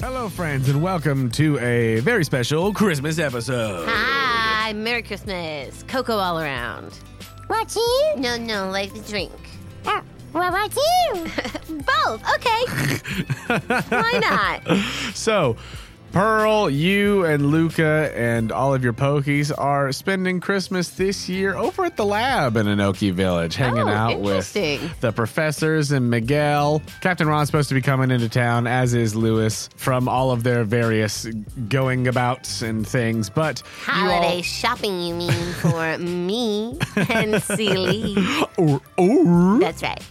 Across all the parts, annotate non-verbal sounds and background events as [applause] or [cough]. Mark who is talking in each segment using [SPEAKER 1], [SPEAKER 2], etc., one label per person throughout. [SPEAKER 1] Hello, friends, and welcome to a very special Christmas episode.
[SPEAKER 2] Hi, Merry Christmas. Cocoa all around.
[SPEAKER 3] What you?
[SPEAKER 2] No, no, like the drink. Uh,
[SPEAKER 3] Oh, well, what you?
[SPEAKER 2] [laughs] Both. Okay. [laughs] Why not?
[SPEAKER 1] So, Pearl, you and Luca and all of your pokies are spending Christmas this year over at the lab in Anoki Village, hanging
[SPEAKER 2] Oh,
[SPEAKER 1] out with
[SPEAKER 2] interesting.
[SPEAKER 1] the professors and Miguel. Captain Ron's supposed to be coming into town, as is Lewis, from all of their various going abouts and things. But you all-
[SPEAKER 2] Holiday shopping, you mean, for me and Celie.
[SPEAKER 1] [gasps] Or- or-
[SPEAKER 2] That's right.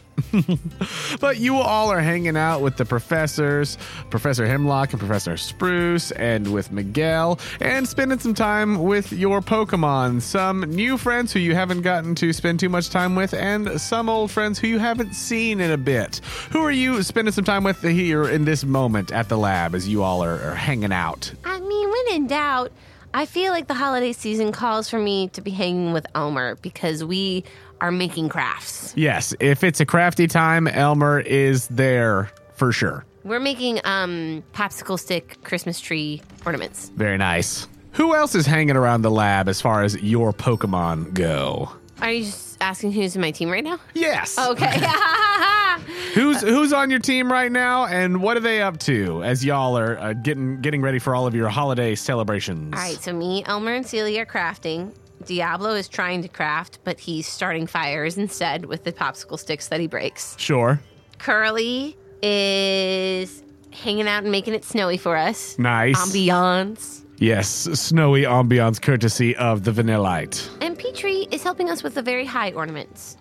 [SPEAKER 1] But you all are hanging out with the professors, Professor Hemlock and Professor Spruce, and with Miguel, and spending some time with your Pokemon. Some new friends who you haven't gotten to spend too much time with, and some old friends who you haven't seen in a bit. Who are you spending some time with here in this moment at the lab as you all are, are hanging out?
[SPEAKER 2] I mean, when in doubt, I feel like the holiday season calls for me to be hanging with Elmer because we are making crafts.
[SPEAKER 1] Yes, if it's a crafty time, Elmer is there for sure.
[SPEAKER 2] We're making um popsicle stick Christmas tree ornaments.
[SPEAKER 1] Very nice. Who else is hanging around the lab as far as your Pokemon go?
[SPEAKER 2] Are you just asking who's in my team right now?
[SPEAKER 1] Yes.
[SPEAKER 2] [laughs] Okay.
[SPEAKER 1] Who's who's on your team right now, and what are they up to as y'all are uh, getting getting ready for all of your holiday celebrations?
[SPEAKER 2] All right, so me, Elmer, and Celia are crafting. Diablo is trying to craft, but he's starting fires instead with the popsicle sticks that he breaks.
[SPEAKER 1] Sure.
[SPEAKER 2] Curly is hanging out and making it snowy for us.
[SPEAKER 1] Nice.
[SPEAKER 2] Ambiance.
[SPEAKER 1] yes, snowy ambiance courtesy of the Vanillite,
[SPEAKER 2] And Petrie is helping us with the very high ornaments.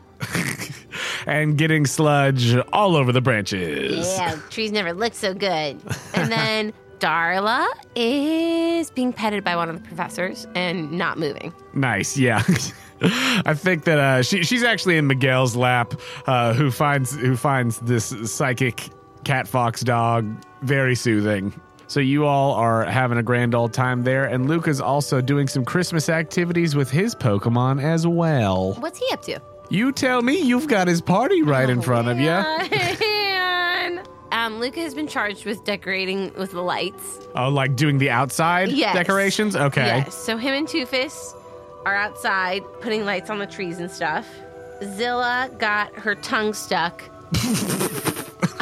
[SPEAKER 1] and getting sludge all over the branches.
[SPEAKER 2] Yeah, [laughs] trees never looked so good. And then Darla is being petted by one of the professors and not moving.
[SPEAKER 1] Nice, yeah. [laughs] I think that uh, she she's actually in Miguel's lap, uh, who finds who finds this psychic cat fox dog very soothing. So you all are having a grand old time there, and Luca's also doing some Christmas activities with his Pokemon as well.
[SPEAKER 2] What's he up to?
[SPEAKER 1] You tell me, you've got his party right in front of
[SPEAKER 2] [laughs]
[SPEAKER 1] you.
[SPEAKER 2] Man. Um, Luca has been charged with decorating with the lights.
[SPEAKER 1] Oh, like doing the outside
[SPEAKER 2] Yes.
[SPEAKER 1] decorations? Okay.
[SPEAKER 2] Yes. So him and Toofus are outside putting lights on the trees and stuff. Zilla got her
[SPEAKER 1] [laughs]
[SPEAKER 2] tongue stuck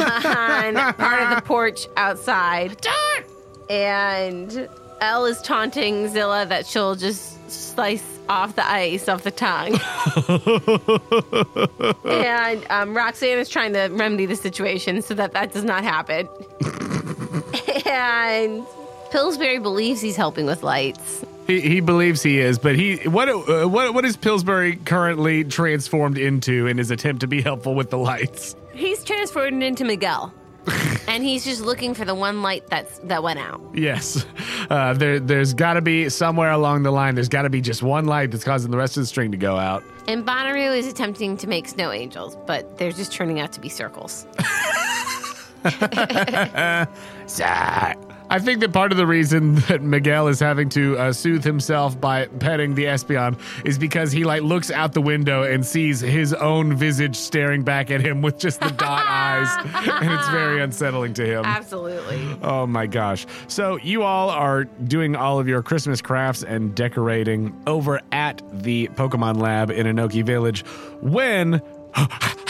[SPEAKER 2] on part of the porch outside. And Elle is taunting Zilla that she'll just slice off the ice off the tongue.
[SPEAKER 1] [laughs]
[SPEAKER 2] and um, Roxanne is trying to remedy the situation so that that does not happen. and Pillsbury believes he's helping with lights.
[SPEAKER 1] He, he believes he is, but he what uh, what what is Pillsbury currently transformed into in his attempt to be helpful with the lights? [laughs]
[SPEAKER 2] He's transferred into Miguel. and he's just looking for the one light that's that went out.
[SPEAKER 1] Yes, uh, there there's got to be somewhere along the line. There's got to be just one light that's causing the rest of the string to go out.
[SPEAKER 2] And Bonnaroo is attempting to make snow angels, but they're just turning out to be circles.
[SPEAKER 1] Zah. I think that part of the reason [laughs] that Miguel is having to uh, soothe himself by petting the Espeon is because he like looks out the window and sees his own visage staring back at him with just the dot eyes, and it's very unsettling to him.
[SPEAKER 2] Absolutely.
[SPEAKER 1] Oh my gosh. So, you all are doing all of your Christmas crafts and decorating over at the Pokemon Lab in Inoki Village when [gasps]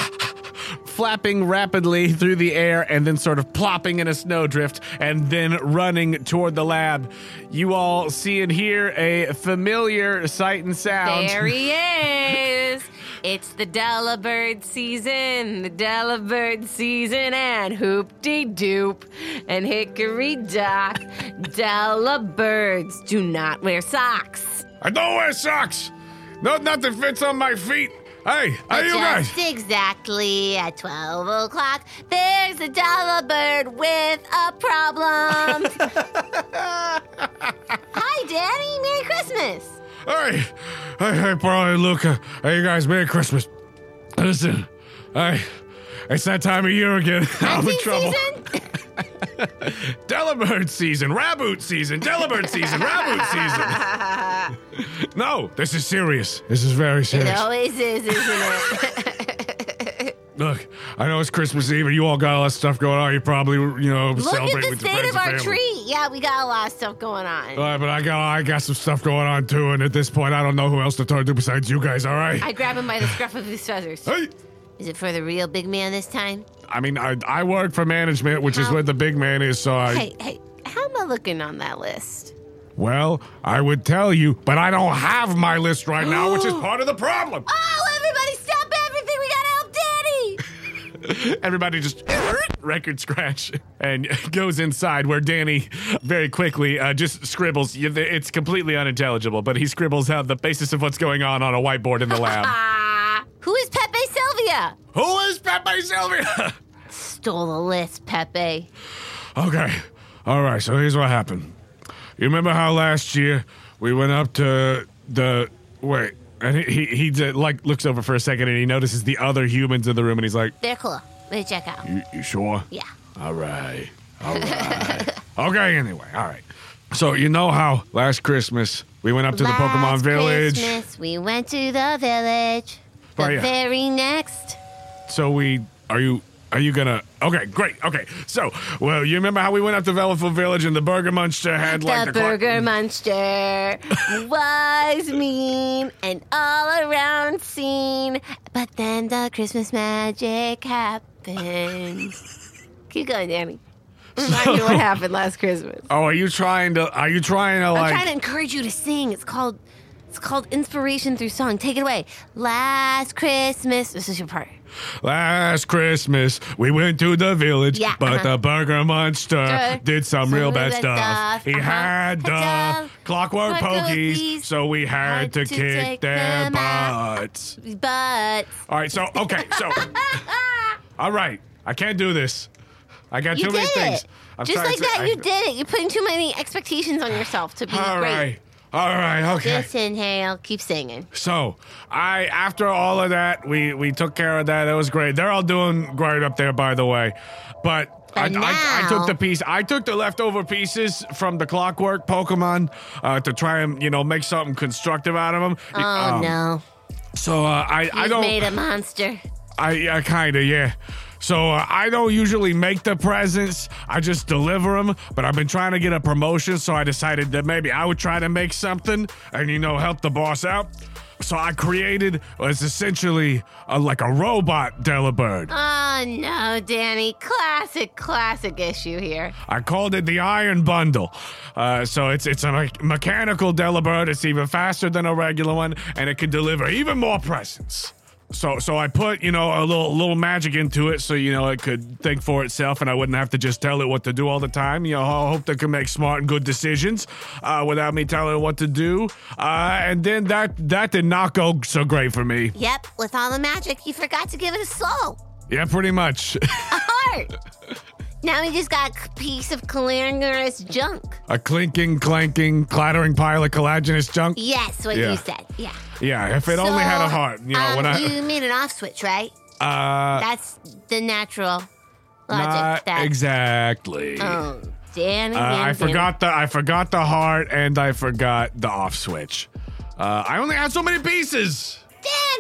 [SPEAKER 1] flapping rapidly through the air and then sort of plopping in a snowdrift and then running toward the lab, you all see and hear a familiar sight and sound.
[SPEAKER 2] [laughs] There he is. It's the Delibird season, the Delibird season, and hoop de doop and hickory dock. Delibirds do not wear socks.
[SPEAKER 1] I don't wear socks. No, nothing fits on my feet. Hey, how you guys?
[SPEAKER 2] Just exactly at 12 o'clock, there's a Delibird with a
[SPEAKER 1] [laughs]
[SPEAKER 2] problem. Hi, Daddy. Merry Christmas.
[SPEAKER 4] Hey, hey, hey, Pearl, hey, Luca. Hey, you guys, Merry Christmas. Listen, hey, it's that time of year
[SPEAKER 1] [laughs]
[SPEAKER 4] again. I'm in
[SPEAKER 2] Hunting
[SPEAKER 4] trouble.
[SPEAKER 2] season?
[SPEAKER 4] Delibird season, Raboot season, Delibird season, Raboot
[SPEAKER 2] [laughs]
[SPEAKER 4] season. no, this is serious. This is very serious.
[SPEAKER 1] [laughs]
[SPEAKER 2] It always is, isn't it?
[SPEAKER 1] Look, I know it's Christmas Eve and you all got a lot of stuff going on. You probably, you know,
[SPEAKER 2] Look
[SPEAKER 1] celebrate
[SPEAKER 2] at the
[SPEAKER 1] with your
[SPEAKER 2] state
[SPEAKER 1] friends
[SPEAKER 2] of
[SPEAKER 1] and
[SPEAKER 2] our
[SPEAKER 1] family. Uh,
[SPEAKER 2] tree. Yeah, we got a lot of stuff going on.
[SPEAKER 1] All right, but I got I got some stuff going on too, and at this point, I don't know who else to turn to besides you guys. All right.
[SPEAKER 2] I grab him by the scruff of his feathers.
[SPEAKER 1] hey,
[SPEAKER 2] Is it for the real big man this time?
[SPEAKER 1] I mean, I, I work for management, which is
[SPEAKER 2] How-
[SPEAKER 1] where the big man is. So, I,
[SPEAKER 2] Hey, hey, how am I looking on that list?
[SPEAKER 1] well, I would tell you, but I don't have my list right now,
[SPEAKER 2] [gasps]
[SPEAKER 1] which is part of the problem.
[SPEAKER 2] Oh, everybody, stop everything! We gotta help Daddy.
[SPEAKER 1] Everybody just [laughs] record scratch and [laughs] goes inside where Danny very quickly uh, just scribbles. You- It's completely unintelligible, but he scribbles out the basis of what's going on on a whiteboard in the
[SPEAKER 2] [laughs]
[SPEAKER 1] lab.
[SPEAKER 2] Ah, who is Pepe Sylvia?
[SPEAKER 1] Who is Pepe Sylvia? [laughs]
[SPEAKER 2] Stole the list, Pepe.
[SPEAKER 1] Okay. All right. So here's what happened. You remember how last year we went up to the wait, and he he, he did, like looks over for a second and he notices the other humans in the room and he's like,
[SPEAKER 2] They're cool. Let me check out.
[SPEAKER 1] "You, you sure?
[SPEAKER 2] Yeah.
[SPEAKER 1] All right. All right. okay. Anyway. All right. So you know how last Christmas we went up to the Pokemon
[SPEAKER 2] Last
[SPEAKER 1] Village.
[SPEAKER 2] Christmas, we went to the village. The
[SPEAKER 1] Oh, yeah.
[SPEAKER 2] very next.
[SPEAKER 1] So we are you are you gonna? Okay, great. Okay, so well, you remember how we went up to Velafel Village and the Burger Munster had like
[SPEAKER 2] the
[SPEAKER 1] the, clock-
[SPEAKER 2] Burger Monster
[SPEAKER 1] [laughs]
[SPEAKER 2] was mean and all around scene, but then the Christmas
[SPEAKER 1] [laughs]
[SPEAKER 2] magic happened. Keep going, Danny. Remind me what happened last Christmas.
[SPEAKER 1] Oh, are you trying to? Are you trying to
[SPEAKER 2] I'm
[SPEAKER 1] like?
[SPEAKER 2] trying to encourage you to sing. It's called it's called inspiration through song. Take it away. Last Christmas. This is your part.
[SPEAKER 1] Last Christmas we went to the village,
[SPEAKER 2] Yeah,
[SPEAKER 1] but
[SPEAKER 2] uh-huh.
[SPEAKER 1] the Burger Monster
[SPEAKER 2] Sure.
[SPEAKER 1] did some,
[SPEAKER 2] Some
[SPEAKER 1] real bad stuff. He
[SPEAKER 2] uh-huh.
[SPEAKER 1] had the
[SPEAKER 2] Had the
[SPEAKER 1] clockwork
[SPEAKER 2] clockwork
[SPEAKER 1] pokies,
[SPEAKER 2] pokies.
[SPEAKER 1] so we had,
[SPEAKER 2] Had
[SPEAKER 1] to,
[SPEAKER 2] to
[SPEAKER 1] kick
[SPEAKER 2] take
[SPEAKER 1] their
[SPEAKER 2] them out.
[SPEAKER 1] butts.
[SPEAKER 2] But
[SPEAKER 1] All right, so okay,
[SPEAKER 2] [laughs]
[SPEAKER 1] so all right, I can't do this. I got
[SPEAKER 2] you
[SPEAKER 1] too
[SPEAKER 2] did
[SPEAKER 1] many things.
[SPEAKER 2] it. Just
[SPEAKER 1] trying
[SPEAKER 2] like
[SPEAKER 1] to-
[SPEAKER 2] that,
[SPEAKER 1] I-
[SPEAKER 2] you did it. You're putting too many expectations on yourself to be
[SPEAKER 1] All
[SPEAKER 2] great.
[SPEAKER 1] right, all right, okay.
[SPEAKER 2] Just inhale. Keep singing.
[SPEAKER 1] So I, after all of that, we we took care of that. It was great. They're all doing great up there, by the way. But. I,
[SPEAKER 2] But
[SPEAKER 1] I, I
[SPEAKER 2] now-
[SPEAKER 1] took the piece. I took the leftover pieces from the clockwork Pokemon uh, to try and you know make something constructive out of them.
[SPEAKER 2] Oh no!
[SPEAKER 1] So uh, I
[SPEAKER 2] You
[SPEAKER 1] um, I don't
[SPEAKER 2] made a monster.
[SPEAKER 1] I, I kind of, yeah. So uh, I don't usually make the presents. I just deliver them. But I've been trying to get a promotion, so I decided that maybe I would try to make something and you know help the boss out. So I created was essentially a, like a robot Delibird.
[SPEAKER 2] Oh no, Danny! Classic, classic issue here.
[SPEAKER 1] I called it the Iron Bundle. Uh, so it's it's a me- mechanical Delibird. It's even faster than a regular one, and it can deliver even more presents. So so I put you know a little little magic into it, so you know it could think for itself, and I wouldn't have to just tell it what to do all the time. You know, I hope that can make smart and good decisions uh, without me telling it what to do. Uh, and then that that did not go so great for me.
[SPEAKER 2] Yep, with all the magic, you forgot to give it a soul,
[SPEAKER 1] Yeah, pretty much. [laughs]
[SPEAKER 2] a heart. now we just got a piece of clangorous junk.
[SPEAKER 1] a clinking, clanking, clattering pile of collagenous junk.
[SPEAKER 2] Yes, what
[SPEAKER 1] Yeah.
[SPEAKER 2] you said. Yeah.
[SPEAKER 1] Yeah, if it
[SPEAKER 2] So,
[SPEAKER 1] only had a heart, you know.
[SPEAKER 2] um,
[SPEAKER 1] when I
[SPEAKER 2] you made an off switch, right?
[SPEAKER 1] uh,
[SPEAKER 2] That's the natural logic.
[SPEAKER 1] not
[SPEAKER 2] That
[SPEAKER 1] exactly.
[SPEAKER 2] Oh, Danny.
[SPEAKER 1] Uh,
[SPEAKER 2] Danny,
[SPEAKER 1] I
[SPEAKER 2] Danny.
[SPEAKER 1] forgot the I forgot the heart and I forgot the off switch. Uh, I only had so many pieces.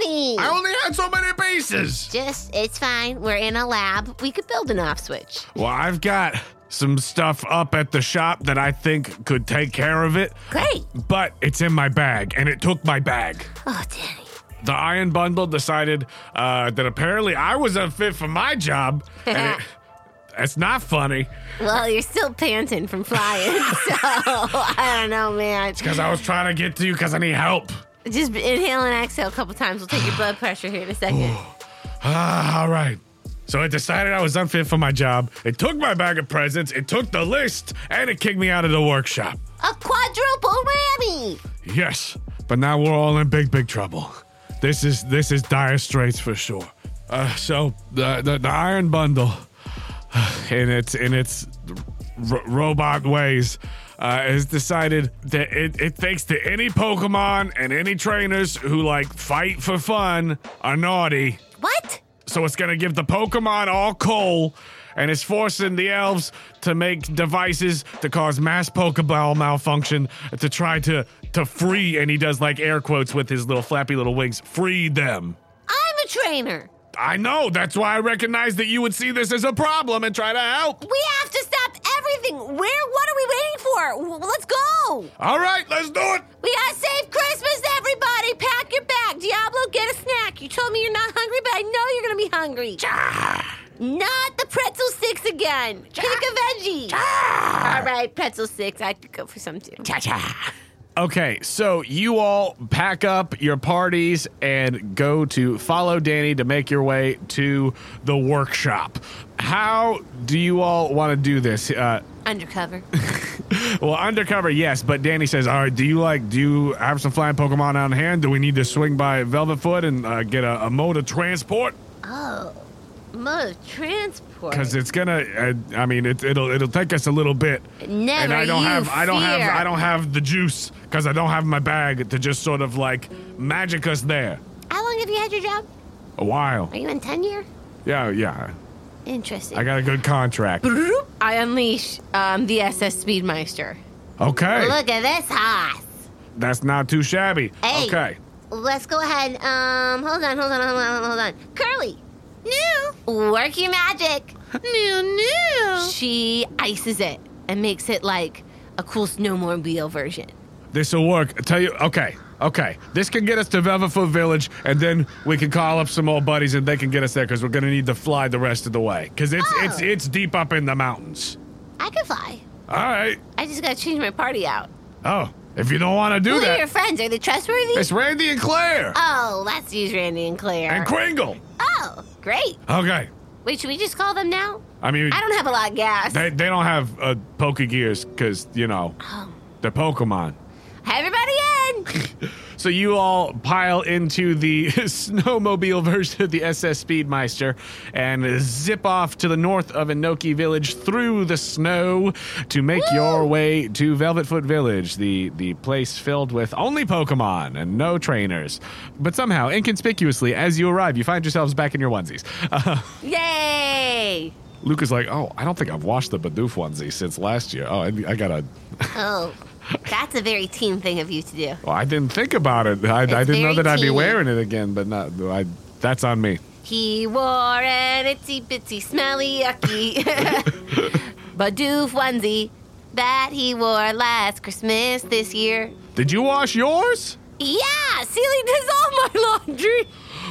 [SPEAKER 2] Danny.
[SPEAKER 1] I only had so many pieces.
[SPEAKER 2] Just it's fine. We're in a lab. We could build an off switch.
[SPEAKER 1] Well, I've got some stuff up at the shop that I think could take care of it,
[SPEAKER 2] Great.
[SPEAKER 1] but it's in my bag and it took my bag.
[SPEAKER 2] Oh, Danny.
[SPEAKER 1] the Iron Bundle decided uh, that apparently I was unfit for my job. And it, it's not funny
[SPEAKER 2] Well, you're still panting from flying, [laughs] so I don't know, man.
[SPEAKER 1] because I was trying to get to you because I need help.
[SPEAKER 2] Just inhale and exhale a couple times. We'll take your blood pressure here in a second.
[SPEAKER 1] [sighs] Ah, all right. So it decided I was unfit for my job. It took my bag of presents, it took the list, and it kicked me out of the workshop.
[SPEAKER 2] A quadruple whammy.
[SPEAKER 1] Yes, but now we're all in big, big trouble. This is this is dire straits for sure. Uh, so the, the the Iron Bundle, [sighs] in its in its r- robot ways, uh, has decided that it, it thinks that any Pokemon and any trainers who like fight for fun are naughty.
[SPEAKER 2] What?
[SPEAKER 1] So it's gonna give the Pokemon all coal, and it's forcing the elves to make devices to cause mass Pokeball malfunction to try to to free. And he does like air quotes with his little flappy little wings, free them.
[SPEAKER 2] I'm a trainer.
[SPEAKER 4] I know. That's why I recognize that you would see this as a problem and try to help.
[SPEAKER 2] We have to stop everything. Where? What are we waiting for? W- Let's go.
[SPEAKER 4] All right, let's do it.
[SPEAKER 2] We gotta save Christmas, everybody. Pack your bag. Diablo, get a snack. You told me you're not hungry, but I know you're gonna be hungry.
[SPEAKER 1] Ah,
[SPEAKER 2] Not the pretzel sticks again. Pick a veggie.
[SPEAKER 1] ah.
[SPEAKER 2] All right, pretzel sticks. I could go for some too.
[SPEAKER 1] Okay, so you all pack up your parties and go to follow Danny to make your way to the workshop. How do you all want to do this? Uh,
[SPEAKER 2] Undercover.
[SPEAKER 1] well, undercover, yes, but Danny says, "All right, do you like? Do you have some flying Pokemon on hand? Do we need to swing by Velvetfoot and uh, get a, a mode of transport?
[SPEAKER 2] Oh, mode of transport.
[SPEAKER 1] Because it's gonna, uh, I mean, it, it'll it'll take us a little bit.
[SPEAKER 2] Never
[SPEAKER 1] and I don't
[SPEAKER 2] you
[SPEAKER 1] have, I don't have,
[SPEAKER 2] fear.
[SPEAKER 1] I don't have the juice because I don't have my bag to just sort of like magic us there.
[SPEAKER 2] How long have you had your job?
[SPEAKER 1] A while.
[SPEAKER 2] Are you in tenure?
[SPEAKER 1] Yeah, yeah.
[SPEAKER 2] Interesting.
[SPEAKER 1] I got a good contract.
[SPEAKER 2] [laughs] I unleash um, the SS Speedmeister.
[SPEAKER 1] Okay,
[SPEAKER 2] Look at this hoss.
[SPEAKER 1] that's not too shabby.
[SPEAKER 2] Hey.
[SPEAKER 1] Okay.
[SPEAKER 2] Let's go ahead. Um, hold on, hold on, hold on, hold on. Curly. New. Work your magic. New, new. She ices it and makes it like a cool snowmobile version.
[SPEAKER 1] This will work. I tell you, okay, okay. This can get us to Velvetfoot Village, and then we can call up some old buddies, and they can get us there because we're gonna need to fly the rest of the way because it's
[SPEAKER 2] Oh.
[SPEAKER 1] it's it's deep up in the mountains.
[SPEAKER 2] I can fly.
[SPEAKER 1] All right.
[SPEAKER 2] I just gotta change my party out.
[SPEAKER 1] Oh, if you don't want to do
[SPEAKER 2] Who are your
[SPEAKER 1] that,
[SPEAKER 2] friends? Are they trustworthy?
[SPEAKER 1] it's Randy and Claire
[SPEAKER 2] oh, let's use Randy and Claire.
[SPEAKER 1] and Kringle.
[SPEAKER 2] oh, great.
[SPEAKER 1] Okay.
[SPEAKER 2] Wait, should we just call them now?
[SPEAKER 1] I mean,
[SPEAKER 2] I don't have a lot of gas.
[SPEAKER 1] they they don't have uh, Poke Gears because you know
[SPEAKER 2] Oh.
[SPEAKER 1] they're Pokemon.
[SPEAKER 2] Everybody in.
[SPEAKER 1] So you all pile into the [laughs] snowmobile version of the SS Speedmeister and zip off to the north of Inoki Village through the snow to make your way to Velvetfoot Village, the, the place filled with only Pokemon and no trainers. But somehow, inconspicuously, as you arrive, you find yourselves back in your onesies. [laughs]
[SPEAKER 2] Yay.
[SPEAKER 1] Luke is like, oh, I don't think I've washed the Bidoof onesie since last year. Oh, I, I gotta.
[SPEAKER 2] Oh, that's a very teen thing of you to do.
[SPEAKER 1] Well, I didn't think about it. I, I didn't know
[SPEAKER 2] very
[SPEAKER 1] that I'd be
[SPEAKER 2] teeny.
[SPEAKER 1] wearing it again, but not, I, that's on me.
[SPEAKER 2] He wore an itsy bitsy smelly yucky [laughs] Badoof onesie that he wore last Christmas this year.
[SPEAKER 1] Did you wash yours?
[SPEAKER 2] Yeah, Celie does all my laundry.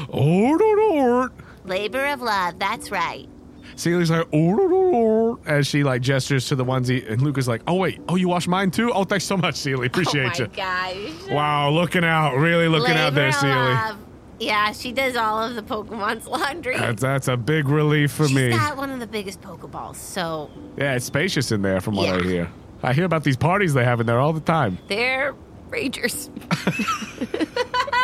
[SPEAKER 1] Ort, ort, ort.
[SPEAKER 2] Labor of love, that's right.
[SPEAKER 1] Celie's like, ort, ort, ort, ort, as she like gestures to the onesie, and Luke is like, oh wait, oh you washed mine too? Oh, thanks so much, Celie. Appreciate
[SPEAKER 2] oh
[SPEAKER 1] you.
[SPEAKER 2] my gosh.
[SPEAKER 1] Wow, looking out, really looking out
[SPEAKER 2] Labor
[SPEAKER 1] there,
[SPEAKER 2] of
[SPEAKER 1] Celie.
[SPEAKER 2] love. Yeah, she does all of the Pokemon's laundry.
[SPEAKER 1] That's, that's a big relief for
[SPEAKER 2] She's
[SPEAKER 1] me.
[SPEAKER 2] got one of the biggest Pokeballs, so
[SPEAKER 1] Yeah, it's spacious in there from what I
[SPEAKER 2] Yeah.
[SPEAKER 1] hear. I hear about these parties they have in there all the time.
[SPEAKER 2] they're Ragers. [laughs]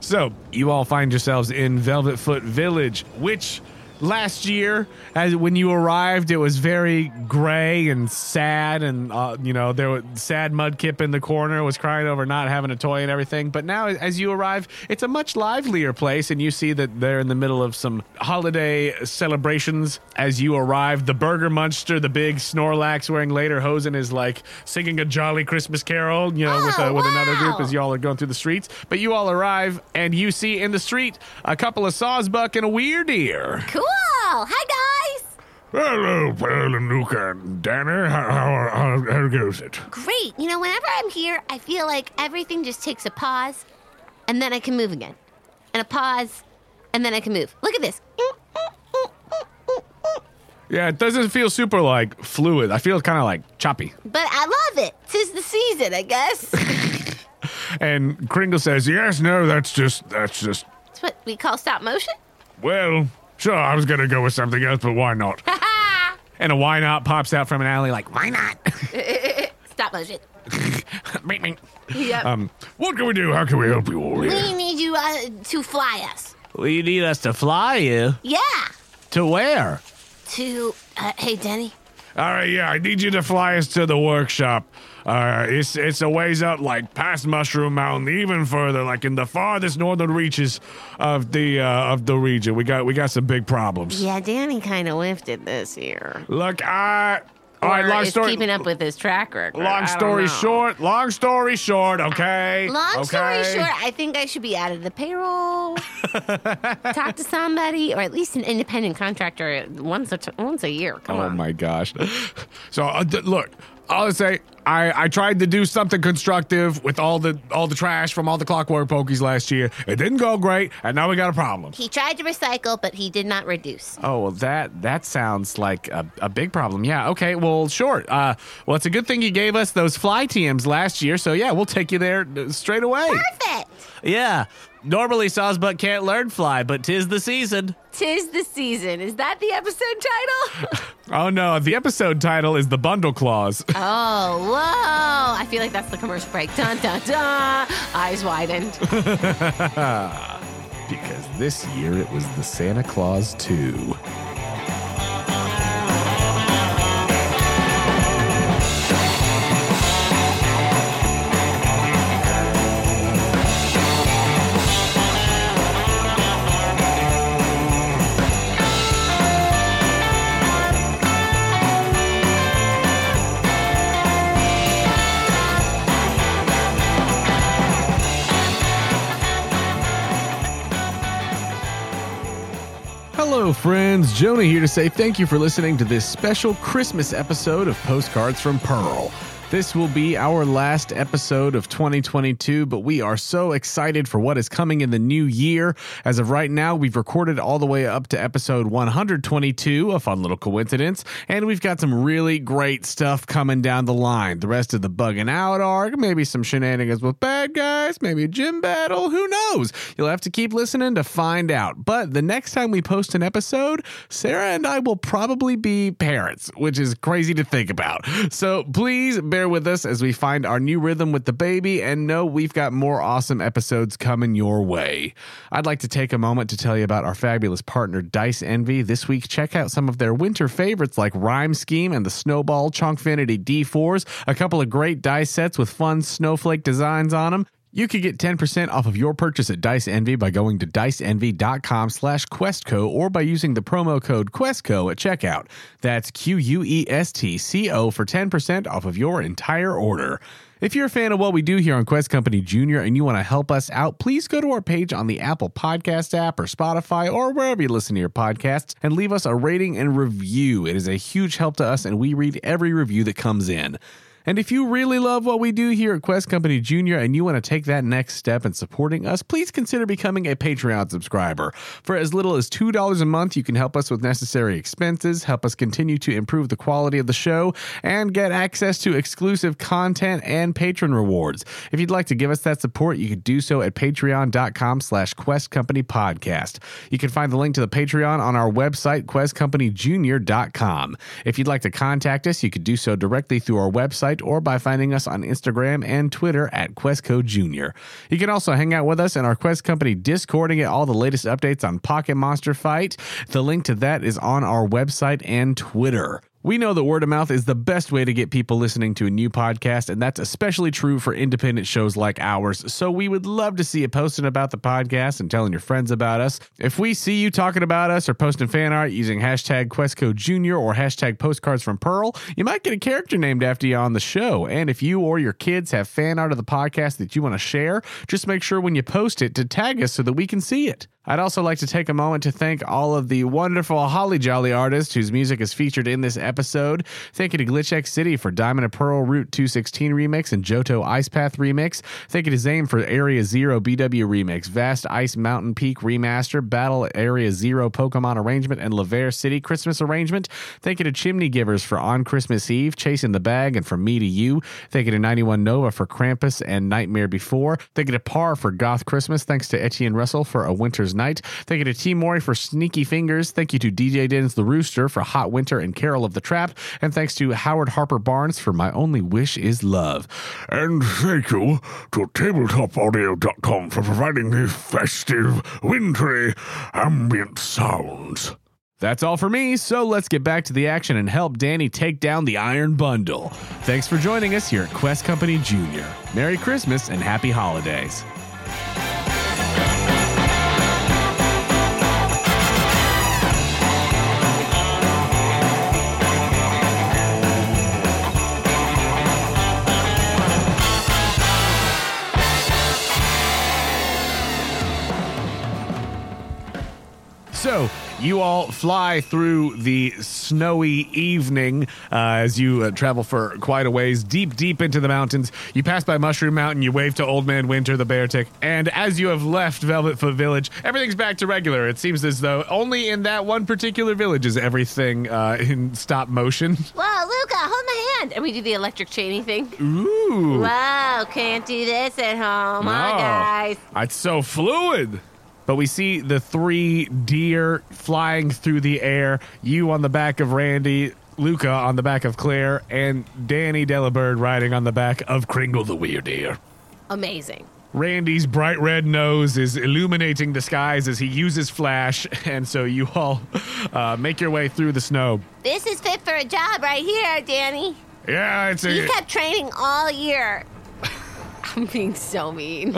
[SPEAKER 1] So, you all find yourselves in Velvetfoot Village, which last year, as when you arrived, it was very gray and sad, and uh, you know there was sad Mudkip in the corner was crying over not having a toy and everything. But now, as you arrive, it's a much livelier place, and you see that they're in the middle of some holiday celebrations. As you arrive, the Burger Munster, the big Snorlax wearing later hosen, is like singing a jolly Christmas carol, you know, with
[SPEAKER 2] Oh,
[SPEAKER 1] a, with another group
[SPEAKER 2] wow.
[SPEAKER 1] as you all are going through the streets, but you all arrive and you see in the street a couple of sawsbuck and a weird ear.
[SPEAKER 2] cool. Hi guys.
[SPEAKER 4] Hello, Palanuka and Danner. How, how, how, how goes it?
[SPEAKER 2] great. You know, whenever I'm here, I feel like everything just takes a pause, and then I can move again, and a pause, and then I can move. Look at this. [laughs]
[SPEAKER 1] Yeah, it doesn't feel super like fluid. I feel kind of like choppy.
[SPEAKER 2] But I love it. Tis the season, I guess. [laughs] That's
[SPEAKER 1] And Kringle says,
[SPEAKER 4] Yes, no, that's just, that's just.
[SPEAKER 2] what we call stop motion. [laughs]
[SPEAKER 4] Well, sure, I was gonna go with something else, but why
[SPEAKER 1] [laughs]
[SPEAKER 4] not?
[SPEAKER 1] and a why not pops out from an alley like why not? [laughs]
[SPEAKER 2] Stop motion.
[SPEAKER 1] Meep, meep.
[SPEAKER 2] Yep.
[SPEAKER 4] Uh,
[SPEAKER 1] Um,
[SPEAKER 4] What can we do? How can we help you all here?
[SPEAKER 2] we need you uh, to fly us.
[SPEAKER 1] well, you need us to fly you
[SPEAKER 2] Yeah.
[SPEAKER 1] to where?
[SPEAKER 2] To uh, hey, Denny.
[SPEAKER 4] All right, yeah, I need you to fly us to the workshop. Uh, it's it's a ways up, like past Mushroom Mountain, even further, like in the farthest northern reaches of the uh, of the region. We got we got some big problems.
[SPEAKER 2] Yeah, Danny kind of whiffed it this year.
[SPEAKER 4] Look, I
[SPEAKER 2] or
[SPEAKER 4] All right, long
[SPEAKER 2] is
[SPEAKER 4] story-
[SPEAKER 2] keeping up with his track record. I
[SPEAKER 4] Long
[SPEAKER 2] don't
[SPEAKER 4] story
[SPEAKER 2] know.
[SPEAKER 4] short, long story short, okay?
[SPEAKER 2] Long story
[SPEAKER 4] Okay?
[SPEAKER 2] short, I think I should be out of
[SPEAKER 1] [laughs]
[SPEAKER 2] the payroll. Talk to somebody, or at least an independent contractor once a t- once a year. Come
[SPEAKER 1] Oh
[SPEAKER 2] on.
[SPEAKER 1] my gosh.
[SPEAKER 4] So uh, d- look, I'll just say I, I tried to do something constructive with all the all the trash from all the clockwork pokies last year. It didn't go great, and now we got a problem.
[SPEAKER 2] He tried to recycle, but he did not reduce.
[SPEAKER 1] Oh well, that that sounds like a, a big problem. Yeah. Okay. Well, sure. Uh, well, it's a good thing you gave us those fly TMs last year. So yeah, we'll take you there uh, straight away.
[SPEAKER 2] Perfect.
[SPEAKER 1] Yeah. Normally, Sawsbuck can't learn fly, but tis the season.
[SPEAKER 2] Tis the season. Is that the episode title?
[SPEAKER 1] Oh no, the episode title is the bundle clause.
[SPEAKER 2] [laughs] oh, whoa. I feel like that's the commercial break. Dun, dun, dun. Eyes widened.
[SPEAKER 1] because this year it was the Santa Claus 2. Hello, friends. Jonah here to say thank you for listening to this special Christmas episode of Postcards from Pearl. This will be our last episode of 2022, but we are so excited for what is coming in the new year. As of right now, we've recorded all the way up to episode 122, a fun little coincidence, and we've got some really great stuff coming down the line. The rest of the bugging out arc, maybe some shenanigans with bad guys, maybe a gym battle, who knows? You'll have to keep listening to find out. But the next time we post an episode, Sarah and I will probably be parents, which is crazy to think about. So please bear with us as we find our new rhythm with the baby and know we've got more awesome episodes coming your way. I'd like to take a moment to tell you about our fabulous partner, Dice Envy. This week, check out some of their winter favorites like Rhyme Scheme and the Snowball Chonkfinity D4s, a couple of great dice sets with fun snowflake designs on them. You could get 10% off of your purchase at Dice Envy by going to diceenvy.com slash questco or by using the promo code questco at checkout. That's E Q-U-E-S-T-C-O for 10% off of your entire order. If you're a fan of what we do here on Quest Company Junior and you want to help us out, please go to our page on the Apple Podcast app or Spotify or wherever you listen to your podcasts and leave us a rating and review. It is a huge help to us and we read every review that comes in. And if you really love what we do here at Quest Company Junior and you want to take that next step in supporting us, please consider becoming a Patreon subscriber. For as little as $2 a month, you can help us with necessary expenses, help us continue to improve the quality of the show, and get access to exclusive content and patron rewards. If you'd like to give us that support, you could do so at patreon.com slash quest company podcast. You can find the link to the Patreon on our website, questcompanyjunior.com. If you'd like to contact us, you could do so directly through our website or by finding us on Instagram and Twitter at Questco Junior. You can also hang out with us in our Quest Company Discord and get all the latest updates on Pocket Monster Fight. The link to that is on our website and Twitter. We know that word of mouth is the best way to get people listening to a new podcast, and that's especially true for independent shows like ours. So we would love to see you posting about the podcast and telling your friends about us. If we see you talking about us or posting fan art using hashtag QuestCo Junior or hashtag postcards from Pearl, you might get a character named after you on the show. And if you or your kids have fan art of the podcast that you want to share, just make sure when you post it to tag us so that we can see it. I'd also like to take a moment to thank all of the wonderful Holly Jolly artists whose music is featured in this episode. Thank you to Glitch X City for Diamond and Pearl Route 216 remix and Johto Ice Path remix. Thank you to Zane for Area Zero BW remix, Vast Ice Mountain Peak remaster, Battle at Area Zero Pokemon arrangement, and Laver City Christmas arrangement. Thank you to Chimney Givers for On Christmas Eve, Chasing the Bag, and From Me to You. Thank you to 91 Nova for Krampus and Nightmare Before. Thank you to Par for Goth Christmas. Thanks to Etienne Russell for A Winter's Night. Thank you to T. Mori for Sneaky Fingers. Thank you to DJ Dins the Rooster for Hot Winter and Carol of the Trap. And thanks to Howard Harper Barnes for My Only Wish is Love.
[SPEAKER 4] And thank you to tabletopaudio.com for providing these festive, wintry ambient sounds.
[SPEAKER 1] That's all for me, so let's get back to the action and help Danny take down the Iron Bundle. Thanks for joining us here at Quest Company Junior. Merry Christmas and Happy Holidays. You all fly through the snowy evening uh, as you uh, travel for quite a ways, deep, deep into the mountains. You pass by Mushroom Mountain, you wave to Old Man Winter, the bear tick, and as you have left Velvetfoot Village, everything's back to regular. It seems as though only in that one particular village is everything uh, in stop motion. [laughs]
[SPEAKER 2] Whoa, Luca, hold my hand. And we do the electric chainy thing.
[SPEAKER 1] Ooh.
[SPEAKER 2] Wow, can't do this at home, huh,
[SPEAKER 1] No.
[SPEAKER 2] guys?
[SPEAKER 4] It's so fluid.
[SPEAKER 1] But we see the three deer flying through the air. You on the back of Randy, Luca on the back of Claire, and Danny Delabird riding on the back of Kringle the Weird Deer.
[SPEAKER 2] Amazing.
[SPEAKER 1] Randy's bright red nose is illuminating the skies as he uses flash, [laughs] and so you all uh, make your way through the snow.
[SPEAKER 2] This is fit for a job right here, Danny.
[SPEAKER 4] Yeah, it's
[SPEAKER 2] You
[SPEAKER 4] a.
[SPEAKER 2] kept training
[SPEAKER 4] [laughs]
[SPEAKER 2] all year. I'm being so mean.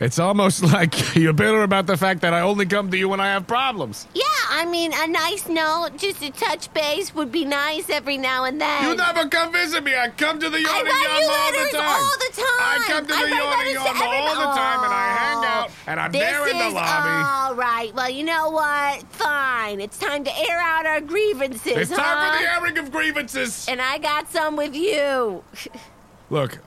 [SPEAKER 1] It's almost [laughs] like you're bitter about the fact that I only come to you when I have problems.
[SPEAKER 2] [laughs] Yeah, I mean, a nice note, just a touch base would be nice every now and then.
[SPEAKER 4] You never come visit me. I come to the
[SPEAKER 2] I
[SPEAKER 4] yard and
[SPEAKER 2] write
[SPEAKER 4] yawn
[SPEAKER 2] you
[SPEAKER 4] all
[SPEAKER 2] letters
[SPEAKER 4] the time.
[SPEAKER 2] all the time.
[SPEAKER 4] I come to
[SPEAKER 2] I
[SPEAKER 4] the
[SPEAKER 2] write
[SPEAKER 4] yard and
[SPEAKER 2] letters to
[SPEAKER 4] yawn all
[SPEAKER 2] every-
[SPEAKER 4] the time, and I hang
[SPEAKER 2] Oh,
[SPEAKER 4] out, and I'm
[SPEAKER 2] this
[SPEAKER 4] there in the
[SPEAKER 2] is
[SPEAKER 4] lobby.
[SPEAKER 2] All right. Well, you know what? Fine. It's time to air out our grievances.
[SPEAKER 4] It's
[SPEAKER 2] huh?
[SPEAKER 4] time for the airing of grievances.
[SPEAKER 2] And I got some with you.
[SPEAKER 4] Look,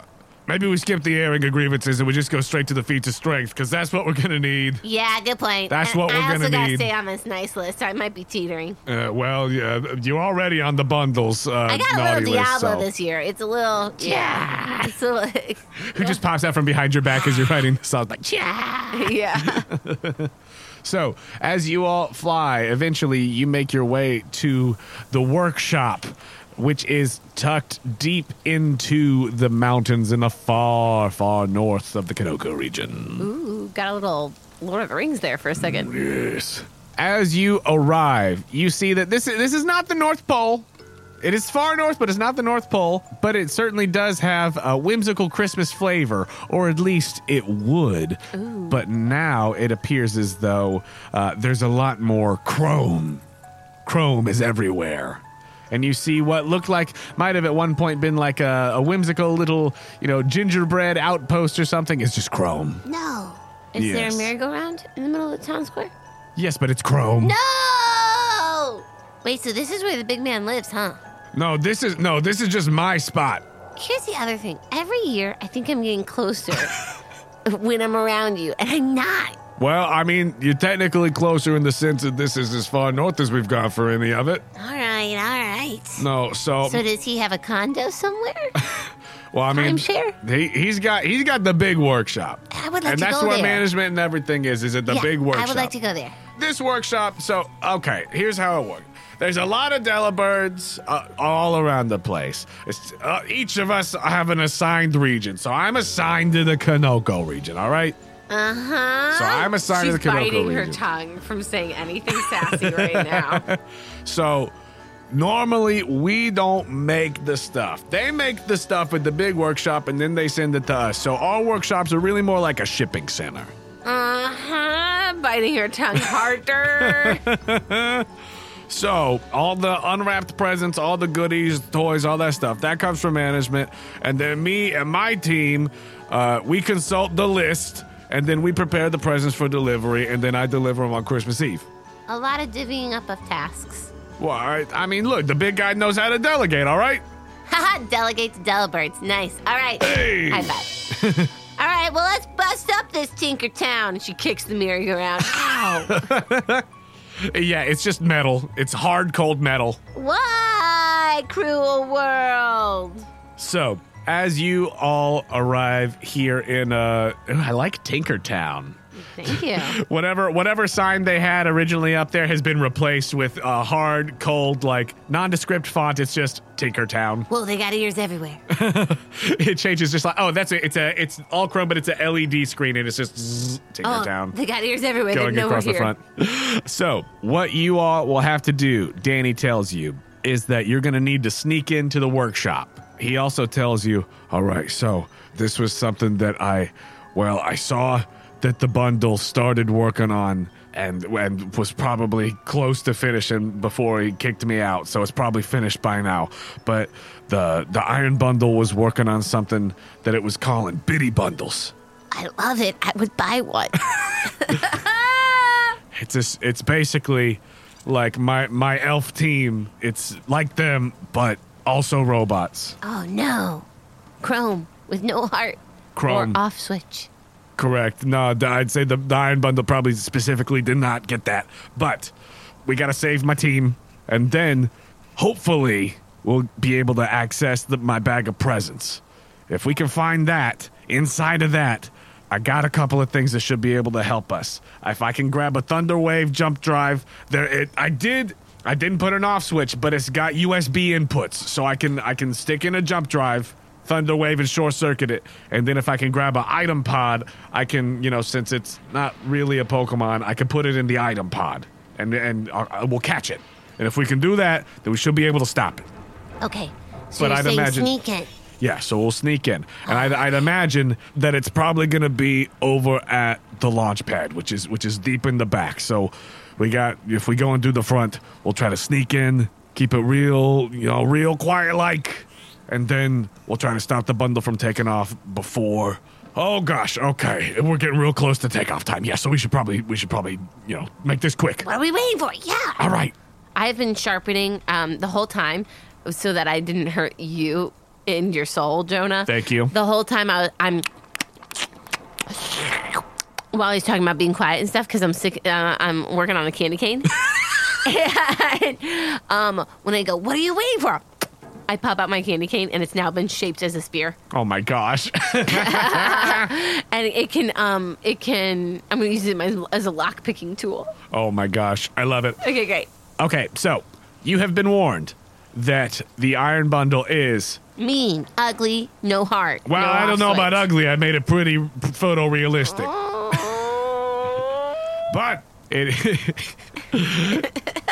[SPEAKER 4] maybe we skip the airing of grievances and we just go straight to the feats of strength because that's what we're gonna need.
[SPEAKER 2] Yeah, good point.
[SPEAKER 4] That's what
[SPEAKER 2] I,
[SPEAKER 4] we're
[SPEAKER 2] I also
[SPEAKER 4] gonna
[SPEAKER 2] gotta
[SPEAKER 4] need.
[SPEAKER 2] stay on this nice list. So I might be teetering.
[SPEAKER 4] Uh, well, yeah, you're already on the bundles. Uh,
[SPEAKER 2] I got a
[SPEAKER 4] naughty
[SPEAKER 2] little
[SPEAKER 4] list,
[SPEAKER 2] Diablo
[SPEAKER 4] so- [laughs]
[SPEAKER 2] this year. It's a little yeah. It's a little, [laughs]
[SPEAKER 1] Who just pops out from behind your back as you're riding this?
[SPEAKER 4] [laughs]
[SPEAKER 1] I was like, yeah.
[SPEAKER 2] yeah.
[SPEAKER 1] So, as you all fly, eventually you make your way to the workshop, which is tucked deep into the mountains in the far, far north of the Kanoko region.
[SPEAKER 2] [laughs] Ooh, got a little Lord of the Rings there for a second.
[SPEAKER 1] Yes. As you arrive, you see that this is, this is not the North Pole. It is far north, but it's not the North Pole. But it certainly does have a whimsical Christmas flavor, or at least it would. But now it appears as though uh, there's a lot more chrome. Chrome is everywhere. And you see what looked like might have at one point been like a, a whimsical little, you know, gingerbread outpost or something. It's just chrome.
[SPEAKER 3] No.
[SPEAKER 2] Is there
[SPEAKER 1] Yes.
[SPEAKER 2] a merry-go-round in the middle of the town square?
[SPEAKER 1] Yes, but it's chrome.
[SPEAKER 2] No! Wait, so this is where the big man lives, huh?
[SPEAKER 4] No, this is no, this is just my spot.
[SPEAKER 2] Here's the other thing. Every year, I think I'm
[SPEAKER 4] [laughs]
[SPEAKER 2] getting closer when I'm around you, and I'm not.
[SPEAKER 4] Well, I mean, you're technically closer in the sense that this is as far north as we've gone for any of it.
[SPEAKER 2] All right, all right.
[SPEAKER 4] No, so,
[SPEAKER 2] So does he have a condo somewhere?
[SPEAKER 4] well, I mean,
[SPEAKER 2] timeshare?
[SPEAKER 4] he he's got he's got the big workshop,
[SPEAKER 2] I would like
[SPEAKER 4] and
[SPEAKER 2] to
[SPEAKER 4] that's
[SPEAKER 2] go
[SPEAKER 4] where
[SPEAKER 2] there.
[SPEAKER 4] management and everything is. Is at the
[SPEAKER 2] Yeah,
[SPEAKER 4] big workshop.
[SPEAKER 2] I would like to go there.
[SPEAKER 4] this workshop. So, okay, here's how it works. There's a lot of Delibirds uh, all around the place. It's, uh, each of us have an assigned region. So I'm assigned to the Kanoko region, all right?
[SPEAKER 2] Uh
[SPEAKER 1] Uh-huh.
[SPEAKER 2] huh.
[SPEAKER 4] So I'm assigned to the Kanoko region.
[SPEAKER 2] tongue from saying anything sassy right [laughs] now.
[SPEAKER 4] So normally we don't make the stuff. They make the stuff at the big workshop and then they send it to us. So our workshops are really more like a shipping center.
[SPEAKER 2] Uh huh. Biting her tongue harder.
[SPEAKER 4] So all the unwrapped presents, all the goodies, toys, all that stuff that comes from management, and then me and my team, uh, we consult the list, and then we prepare the presents for delivery, and then I deliver them on Christmas Eve.
[SPEAKER 2] a lot of divvying up of tasks. [laughs]
[SPEAKER 4] Well, all right. I mean, look, the big guy knows how to delegate. All right.
[SPEAKER 2] Haha, delegate to Delibirds. Nice. All right.
[SPEAKER 4] Hey!
[SPEAKER 2] High five.
[SPEAKER 1] [laughs]
[SPEAKER 2] All right, well, let's bust up this Tinker Town. And she kicks the merry-go-round. Ow.
[SPEAKER 4] Yeah, it's just metal. It's hard, cold metal.
[SPEAKER 2] Why, cruel world?
[SPEAKER 4] So
[SPEAKER 1] As you all arrive here in, uh, ooh, I like Tinkertown.
[SPEAKER 2] Thank you.
[SPEAKER 1] [laughs] Whatever whatever sign they had originally up there has been replaced with a hard, cold, like nondescript font. It's just Tinkertown.
[SPEAKER 2] Whoa, they got ears everywhere.
[SPEAKER 1] [laughs] It changes just like oh, that's it. It's a it's all Chrome, but it's a LED screen, and it's just zzz,
[SPEAKER 2] Oh,
[SPEAKER 1] Tinkertown
[SPEAKER 2] they got ears everywhere.
[SPEAKER 1] going
[SPEAKER 2] They're nowhere
[SPEAKER 1] across the
[SPEAKER 2] here.
[SPEAKER 1] front. So what you all will have to do, Danny tells you, is that you're going to need to sneak into the workshop.
[SPEAKER 4] He also tells you, all right, so this was something that I, well, I saw that the bundle started working on and, and was probably close to finishing before he kicked me out. So it's probably finished by now. But the, the Iron Bundle was working on something that it was calling Bitty Bundles.
[SPEAKER 1] [laughs]
[SPEAKER 2] I love it. I would buy one.
[SPEAKER 1] It's just, it's basically like my my elf team. It's like them, but also robots.
[SPEAKER 2] Oh no. Chrome with no heart.
[SPEAKER 1] Chrome.
[SPEAKER 2] Or off switch.
[SPEAKER 1] Correct. No, th- I'd say the, the Iron Bundle probably specifically did not get that. But we got to save my team. And then hopefully we'll be able to access the, my bag of presents. If we can find that, inside of that, I got a couple of things that should be able to help us. If I can grab a Thunder Wave jump drive, there it, I did. I didn't put an off switch, but it's got USB inputs, so I can I can stick in a jump drive thunder wave and short circuit it and then if i can grab an item pod i can you know since it's not really a pokemon i can put it in the item pod and and uh, uh, we'll catch it and if we can do that then we should be able to stop it
[SPEAKER 2] Okay. So
[SPEAKER 1] But
[SPEAKER 2] you're
[SPEAKER 1] I'd
[SPEAKER 2] saying
[SPEAKER 1] imagine-
[SPEAKER 2] sneak it.
[SPEAKER 1] yeah so we'll sneak in and I'd, I'd imagine that it's probably gonna be over at the launch pad which is which is deep in the back so we got if we go and do the front we'll try to sneak in keep it real you know real quiet like and then we'll try to stop the bundle from taking off before. Oh gosh, okay, we're getting real close to takeoff time. Yeah, so we should probably we should probably you know make this quick.
[SPEAKER 2] What are we waiting for? Yeah.
[SPEAKER 1] All right,
[SPEAKER 2] I've been sharpening um, the whole time so that I didn't hurt you in your soul, Jonah.
[SPEAKER 1] Thank you.
[SPEAKER 2] The whole time I was, I'm. While he's talking about being quiet and stuff, because I'm sick, uh, I'm working on a candy [laughs] cane. and, um, when I go, what are you waiting for? I pop out my candy cane, and it's now been shaped as a spear,
[SPEAKER 1] oh my gosh, [laughs]
[SPEAKER 2] [laughs] and it can, um, it can. I'm gonna use it as, as a lock picking tool.
[SPEAKER 1] oh my gosh, I love it.
[SPEAKER 2] Okay, great.
[SPEAKER 1] Okay, so you have been warned that the Iron Bundle is
[SPEAKER 2] Mean, ugly, no heart.
[SPEAKER 1] well.
[SPEAKER 2] no
[SPEAKER 1] I don't know
[SPEAKER 2] off-switch.
[SPEAKER 1] about ugly. I made it pretty photorealistic, but it [laughs]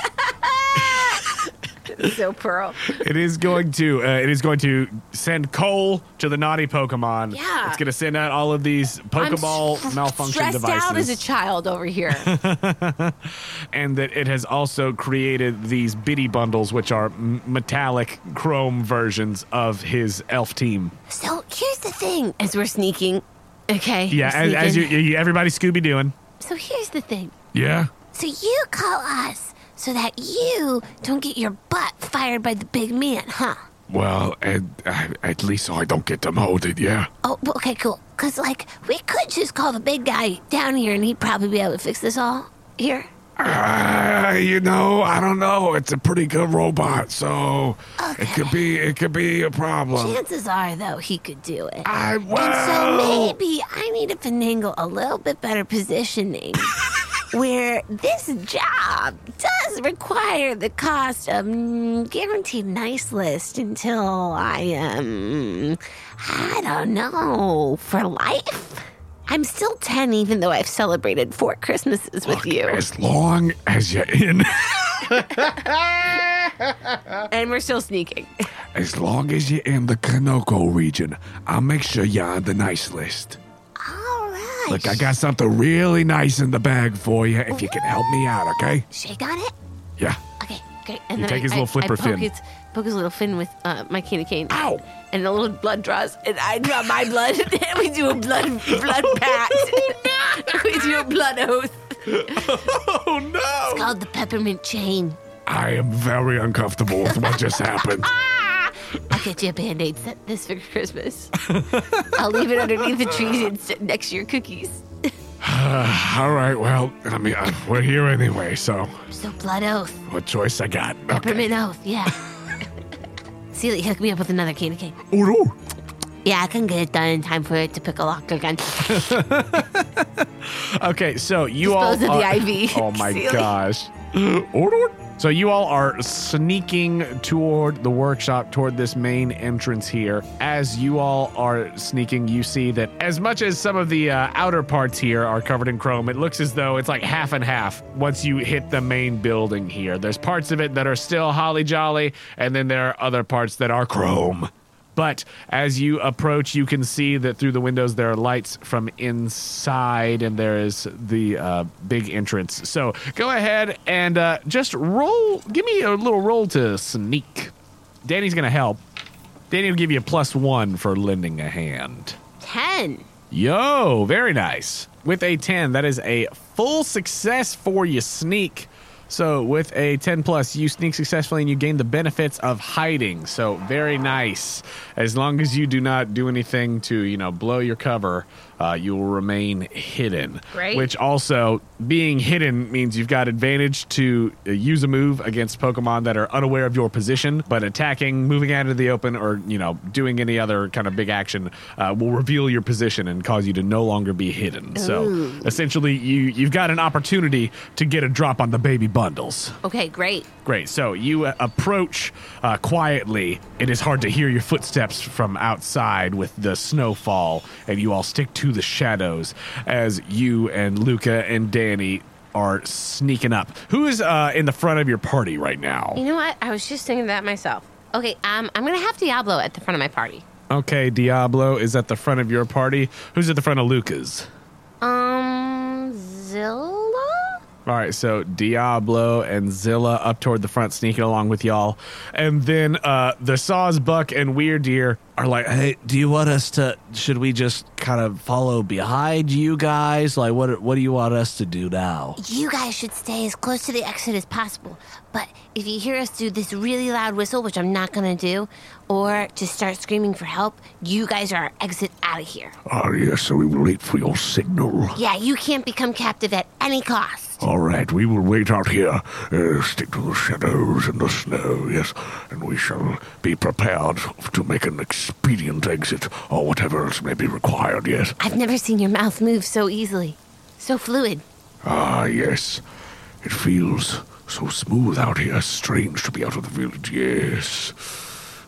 [SPEAKER 2] so
[SPEAKER 1] [laughs]
[SPEAKER 2] Pearl.
[SPEAKER 1] It is going to. Uh, it is going to send coal to the naughty Pokemon.
[SPEAKER 2] Yeah.
[SPEAKER 1] It's going to send out all of these Pokeball
[SPEAKER 2] I'm s-
[SPEAKER 1] malfunction
[SPEAKER 2] stressed
[SPEAKER 1] devices.
[SPEAKER 2] out as a child
[SPEAKER 1] [laughs]
[SPEAKER 2] over here.
[SPEAKER 1] and that it has also created these bitty bundles, which are m- metallic chrome versions of his elf team.
[SPEAKER 2] so here's the thing: as we're sneaking, okay.
[SPEAKER 1] Yeah.
[SPEAKER 2] we're
[SPEAKER 1] As, as you,
[SPEAKER 2] sneaking.
[SPEAKER 1] you, everybody Scooby doing.
[SPEAKER 2] So here's the thing:
[SPEAKER 1] Yeah.
[SPEAKER 2] so you call us so that you don't get your butt fired by the big man, huh?
[SPEAKER 1] Well, at, uh, at least I don't get demoted. Yeah.
[SPEAKER 2] Oh, well, okay, cool. Cause like we could just call the big guy down here, and he'd probably be able to fix this all here.
[SPEAKER 1] Uh, you know, I don't know. It's a pretty good robot, so
[SPEAKER 2] it could
[SPEAKER 1] be it could be a problem.
[SPEAKER 2] Chances are, though, he could do it.
[SPEAKER 1] I
[SPEAKER 2] And so maybe I need to finagle a little bit
[SPEAKER 1] [laughs]
[SPEAKER 2] better positioning where this job does require the cost of mm, guaranteed nice list until I am, I don't know, for life? I'm still 10, even though I've celebrated four Christmases with you.
[SPEAKER 1] As long as you're in, [laughs]
[SPEAKER 2] And we're still sneaking.
[SPEAKER 1] as long as you're in the Kanoko region, I'll make sure you're on the nice list.
[SPEAKER 2] All right.
[SPEAKER 1] Look, I got something really nice in the bag for you if you can help me out, okay?
[SPEAKER 2] Shake on it.
[SPEAKER 1] Yeah.
[SPEAKER 2] Okay, great. And
[SPEAKER 1] You
[SPEAKER 2] then
[SPEAKER 1] take
[SPEAKER 2] I,
[SPEAKER 1] his little
[SPEAKER 2] I-
[SPEAKER 1] flipper
[SPEAKER 2] I poke
[SPEAKER 1] fin.
[SPEAKER 2] His, poke his little fin with uh, my candy cane.
[SPEAKER 1] Ow!
[SPEAKER 2] And a little blood draws, and I draw my blood, [laughs] and we do a blood blood [laughs] pact. [laughs] we do a blood oath
[SPEAKER 1] Oh no!
[SPEAKER 2] called the peppermint chain.
[SPEAKER 1] I am very uncomfortable with what just happened.
[SPEAKER 2] I'll get you a band aid set this for Christmas. I'll leave it underneath the trees and sit next to your cookies.
[SPEAKER 1] All right, well, I mean, uh, we're here anyway, so
[SPEAKER 2] So blood oath,
[SPEAKER 1] what choice I got?
[SPEAKER 2] [laughs] peppermint oath, yeah. Celia, hook me up with another candy cane.
[SPEAKER 1] Ooh,
[SPEAKER 2] Yeah, I can get it done in time for it to pick a lock again.
[SPEAKER 5] Okay, so you all
[SPEAKER 2] Dispose of the
[SPEAKER 5] are- [laughs]
[SPEAKER 2] IV.
[SPEAKER 5] Oh my
[SPEAKER 2] Celia. [gasps]
[SPEAKER 5] gosh.
[SPEAKER 1] ooh.
[SPEAKER 5] So you all are sneaking toward the workshop, toward this main entrance here. As you all are sneaking, you see that as much as some of the uh, outer parts here are covered in chrome, it looks as though it's like half and half once you hit the main building here. There's parts of it that are still holly jolly, and then there are other parts that are chrome. But as you approach, you can see that through the windows there are lights from inside, and there is the uh, big entrance. So go ahead and uh, just roll. Give me a little roll to sneak. Danny's going to help. Danny will give you a plus one for lending a hand.
[SPEAKER 2] Ten.
[SPEAKER 5] Yo, very nice.
[SPEAKER 1] With a 10, that is a full success for you, sneak. So with a 10 plus, you sneak successfully and you gain the benefits of hiding. So very nice. As long as you do not do anything to, you know, blow your cover, uh, you will remain hidden.
[SPEAKER 6] Great.
[SPEAKER 1] Which also, being hidden means you've got advantage to uh, use a move against Pokemon that are unaware of your position, but attacking, moving out into the open, or, you know, doing any other kind of big action uh, will reveal your position and cause you to no longer be hidden. So essentially, you, you've got an opportunity to get a drop on the baby bundles.
[SPEAKER 2] Okay, great.
[SPEAKER 1] Great. So you uh, approach uh, quietly. It is hard to hear your footsteps from outside with the snowfall, and you all stick to the shadows as you and Luca and Danny are sneaking up. Who is uh, in the front of your party right
[SPEAKER 2] You
[SPEAKER 1] now?
[SPEAKER 2] know what? I was just thinking that myself. Okay, um, I'm gonna have Diablo at the front of my party.
[SPEAKER 1] Okay, Diablo is at the front of your party. Who's at the front of Luca's?
[SPEAKER 2] Um, Zilla?
[SPEAKER 1] All right, so Diablo and Zilla up toward the front, sneaking along with y'all, and then uh, the Saws Buck and Weird Deer are like,
[SPEAKER 7] Hey, do you want us to? Should we just kind of follow behind you guys? Like, what what do you want us to do now?
[SPEAKER 2] You guys should stay as close to the exit as possible. But if you hear us do this really loud whistle, which I'm not gonna do, or just start screaming for help, you guys are our exit out of here.
[SPEAKER 7] Oh yes, so we will wait for your signal.
[SPEAKER 2] Yeah, you can't become captive at any cost.
[SPEAKER 7] All right, we will wait out here. Uh, stick to the shadows and the snow, yes, and we shall be prepared to make an expedient exit or whatever else may be required, yes.
[SPEAKER 2] I've never seen your mouth move so easily, so fluid.
[SPEAKER 7] Ah, yes. It feels so smooth out here. Strange to be out of the village, yes.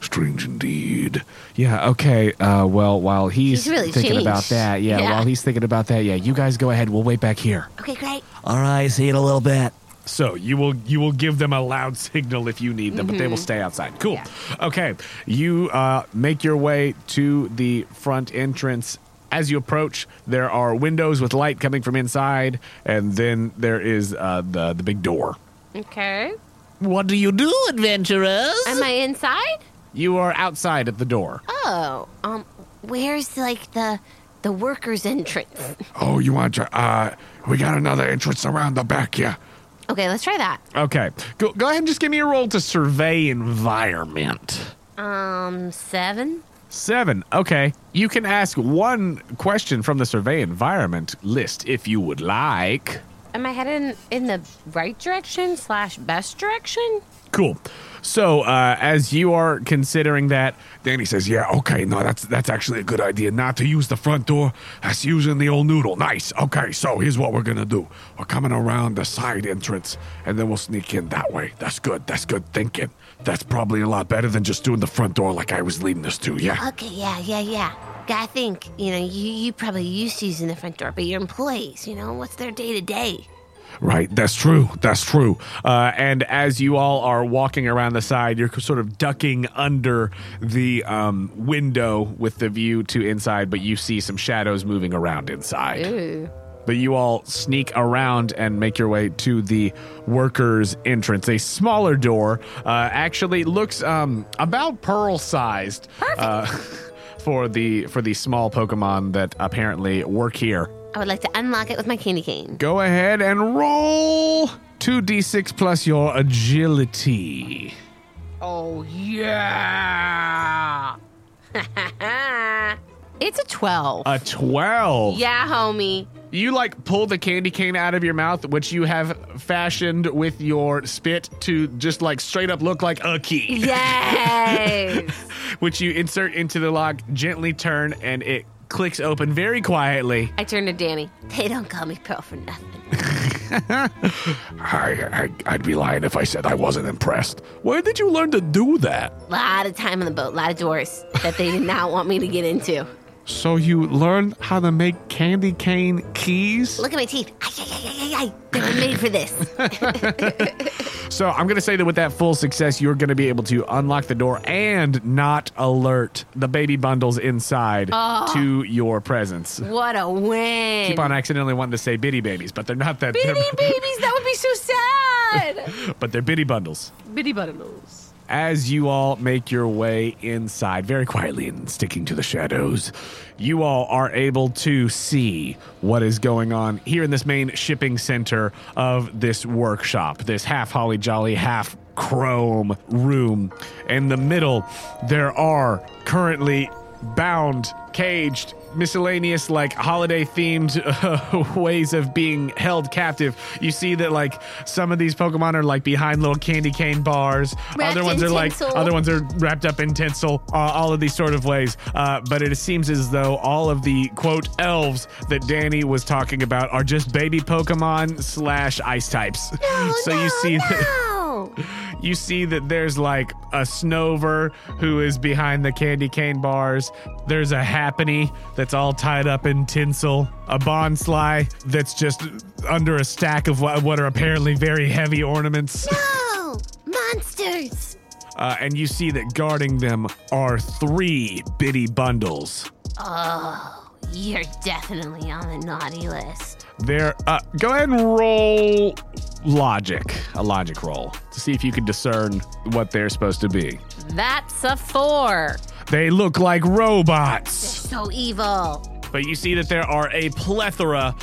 [SPEAKER 7] Strange indeed.
[SPEAKER 1] Yeah, okay. Uh, well, while he's,
[SPEAKER 2] He's really
[SPEAKER 1] thinking
[SPEAKER 2] changed.
[SPEAKER 1] about that, yeah,
[SPEAKER 2] Yeah.
[SPEAKER 1] while he's thinking about that, yeah, you guys go ahead. We'll wait back here.
[SPEAKER 2] Okay, great.
[SPEAKER 7] All right, see you in a little bit.
[SPEAKER 1] So you will you will give them a loud [laughs] signal if you need them, but they
[SPEAKER 2] Mm-hmm.
[SPEAKER 1] will stay outside. Cool. Okay, you uh, make your way to the front entrance. As you approach, there are windows with light coming from inside, and then there is uh, the the big door.
[SPEAKER 2] Okay.
[SPEAKER 7] What do you do, adventurers?
[SPEAKER 2] Am I inside?
[SPEAKER 1] You are outside at the door.
[SPEAKER 2] Oh, um, where's like the the workers' entrance?
[SPEAKER 4] Oh, you want to? Uh, we got another entrance around the back here.
[SPEAKER 2] [laughs] Okay, let's try that.
[SPEAKER 1] Okay, go go ahead and just give me a roll to survey environment.
[SPEAKER 2] Um, seven.
[SPEAKER 1] Seven. Okay. You can ask one question from the survey environment list if you would like.
[SPEAKER 2] Am I heading in the right direction slash best direction?
[SPEAKER 1] Cool. So, uh, as you are considering that,
[SPEAKER 4] Danny says, "Yeah, okay, no, that's that's actually a good idea. Not to use the front door. That's using the old noodle. Nice. Okay, so here's what we're gonna do. We're coming around the side entrance, and then we'll sneak in that way. That's good. That's good thinking. That's probably a lot better than just doing the front door like I was leading us to. Yeah.
[SPEAKER 2] Okay, yeah, yeah, yeah. I think you know you you probably used to using the front door, but your employees, you know, what's their day to day?
[SPEAKER 4] Right. That's true. That's true.
[SPEAKER 1] uh, and as you all are walking around the side, you're sort of ducking under the um, window with the view to inside, but you see some shadows moving around inside.
[SPEAKER 2] Ooh.
[SPEAKER 1] But you all sneak around and make your way to the workers' entrance. A smaller door uh, actually looks um, about pearl-sized uh, [laughs] for the for the small Pokemon that apparently work here.
[SPEAKER 2] I would like to unlock it with my candy cane.
[SPEAKER 1] Go ahead and roll two d6 plus your agility.
[SPEAKER 2] Oh yeah. it's a twelve.
[SPEAKER 1] A twelve.
[SPEAKER 2] yeah, homie.
[SPEAKER 1] You like pull the candy cane out of your mouth, which you have fashioned with your spit to just like straight up look like a key.
[SPEAKER 4] Mm.
[SPEAKER 2] Yes.
[SPEAKER 1] which you insert into the lock, gently turn, and it clicks open very quietly.
[SPEAKER 2] [laughs] I turned to Danny. They don't call me Pearl for nothing.
[SPEAKER 4] I, I I'd be lying if I said I wasn't impressed. Where did you learn to do that?
[SPEAKER 2] lot of time on the boat, lot of doors that they did not want me to get into.
[SPEAKER 1] So you learned how to make candy cane keys?
[SPEAKER 2] Look at my teeth. Ay, ay, ay, ay, ay, ay. They were made for
[SPEAKER 6] [laughs]
[SPEAKER 2] this.
[SPEAKER 1] So I'm going to say that with that full success, you're going to be able to unlock the door and not alert the baby bundles inside to your presence.
[SPEAKER 2] What a win.
[SPEAKER 1] Keep on accidentally wanting to say bitty babies, but they're not that. [laughs]
[SPEAKER 6] Bitty
[SPEAKER 1] they're-
[SPEAKER 6] babies, that would be so sad.
[SPEAKER 1] [laughs] but they're bitty bundles.
[SPEAKER 6] Bitty buttermills.
[SPEAKER 1] as you all make your way inside, very quietly and sticking to the shadows. You all are able to see what is going on here in this main shipping center of this workshop, this half holly jolly, half chrome room. In the middle, there are currently bound, caged, miscellaneous like holiday themed uh, [laughs] ways of being held captive. You see that like some of these Pokemon are like behind little candy cane bars.
[SPEAKER 2] Wrapped
[SPEAKER 1] other ones
[SPEAKER 2] in
[SPEAKER 1] are like
[SPEAKER 2] tinsel.
[SPEAKER 1] other ones are wrapped up in tinsel. Uh, all of these sort of ways. Uh, but it seems as though all of the quote elves that Danny was talking about are just baby Pokemon slash ice types. [laughs]
[SPEAKER 6] Oh,
[SPEAKER 1] so you see. that-
[SPEAKER 2] No.
[SPEAKER 1] you see that there's like a Snover who is behind the candy cane bars. There's a Happiny that's all tied up in tinsel. A Bonsly that's just under a stack of what, what are apparently very heavy ornaments. [laughs]
[SPEAKER 2] Oh, monsters.
[SPEAKER 1] Uh, and you see that guarding them are three bitty bundles.
[SPEAKER 2] Oh, you're definitely on the naughty list.
[SPEAKER 1] They're, uh, go ahead and roll logic, a logic roll, to see if you can discern what they're supposed to be.
[SPEAKER 6] That's a four.
[SPEAKER 1] They look like robots.
[SPEAKER 2] So evil.
[SPEAKER 1] But you see that there are a plethora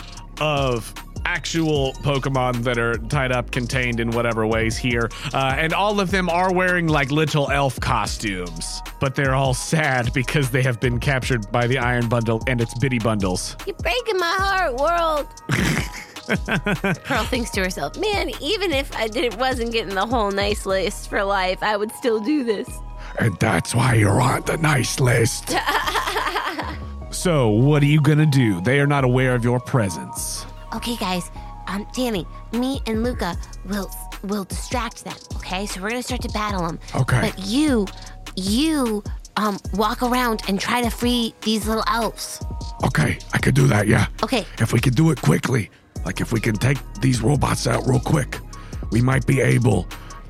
[SPEAKER 1] of actual Pokemon that are tied up, contained in whatever ways here. Uh, and all of them are wearing like little elf costumes. But they're all sad because they have been captured by the Iron Bundle and its bitty bundles.
[SPEAKER 2] You're breaking my heart, world. Pearl thinks to herself, man, even if I did, wasn't getting the whole nice list for life, I would still do this.
[SPEAKER 7] And that's why you're on the nice list.
[SPEAKER 1] So, what are you gonna do? They are not aware of your presence.
[SPEAKER 2] Okay, guys. Um, Danny, me and Luca will will distract them. Okay, so we're gonna start to battle them.
[SPEAKER 7] Okay.
[SPEAKER 2] But you, you, um, walk around and try to free these little elves.
[SPEAKER 7] Okay, I could do that, yeah.
[SPEAKER 2] Okay.
[SPEAKER 7] If we could do it quickly, like if we can take these robots out real quick, we might be able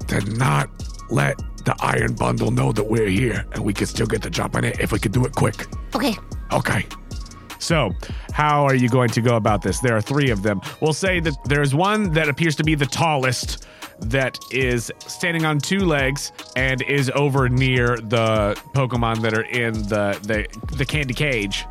[SPEAKER 7] to not let the Iron Bundle know that we're here and we could still get the jump on it if we could do it quick.
[SPEAKER 2] Okay.
[SPEAKER 7] Okay.
[SPEAKER 1] So, how are you going to go about this? There are three of them. We'll say that there's one that appears to be the tallest, that is standing on two legs and is over near the Pokemon that are in the the, the candy cage.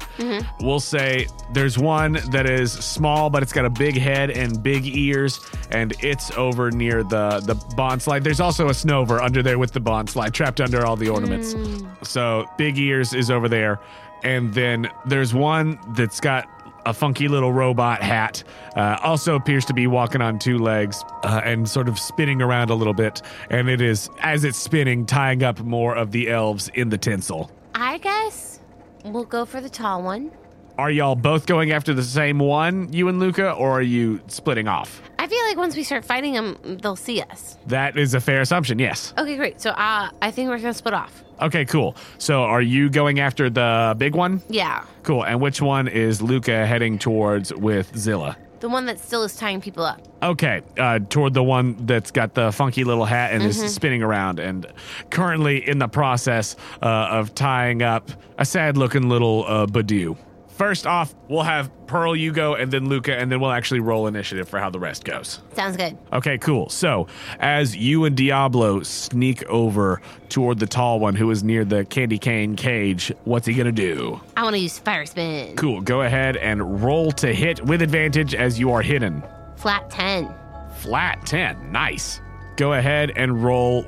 [SPEAKER 1] We'll say there's one that is small, but it's got a big head and big ears, and it's over near the the bond slide. There's also a Snover under there with the bond slide, trapped under all the ornaments. So big ears is over there. And then there's one that's got a funky little robot hat. Uh, also appears to be walking on two legs uh, and sort of spinning around a little bit. And it is, as it's spinning, tying up more of the elves in the tinsel.
[SPEAKER 2] I guess we'll go for the tall one.
[SPEAKER 1] Are y'all both going after the same one, you and Luca, or are you splitting off?
[SPEAKER 2] I feel like once we start fighting them, they'll see us.
[SPEAKER 1] That is a fair assumption, yes.
[SPEAKER 2] Okay, great. So uh, I think we're gonna split off.
[SPEAKER 1] Okay, cool. So are you going after the big one?
[SPEAKER 2] Yeah,
[SPEAKER 1] Cool. And which one is Luca heading towards with Zilla?
[SPEAKER 2] the one that still is tying people up.
[SPEAKER 1] Okay, uh, toward the one that's got the funky little hat and is spinning around, and currently in the process uh, of tying up a sad-looking little uh, Badoo. First off, we'll have Pearl, you go, and then Luca, and then we'll actually roll initiative for how the rest goes.
[SPEAKER 2] Sounds good.
[SPEAKER 1] Okay, cool. So, as you and Diablo sneak over toward the tall one who is near the candy cane cage, what's he gonna do?
[SPEAKER 2] I want to use fire spin.
[SPEAKER 1] Cool. Go ahead and roll to hit with advantage as you are hidden.
[SPEAKER 2] Flat ten.
[SPEAKER 1] Flat 10. Nice. Go ahead and roll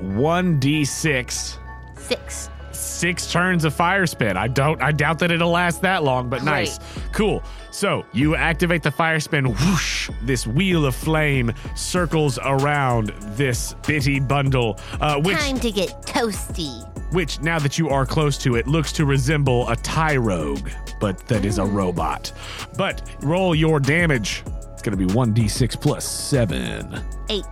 [SPEAKER 1] 1d6.
[SPEAKER 2] Six.
[SPEAKER 1] Six turns of fire spin. I don't I doubt that it'll last that long, but nice. Cool. So you activate the fire spin. Whoosh! This wheel of flame circles around this bitty bundle, uh, which
[SPEAKER 2] Time to get toasty.
[SPEAKER 1] which now that you are close to it looks to resemble a Tyrogue, but that is a robot. But roll your damage. It's gonna be 1d6 plus seven.
[SPEAKER 2] Eight.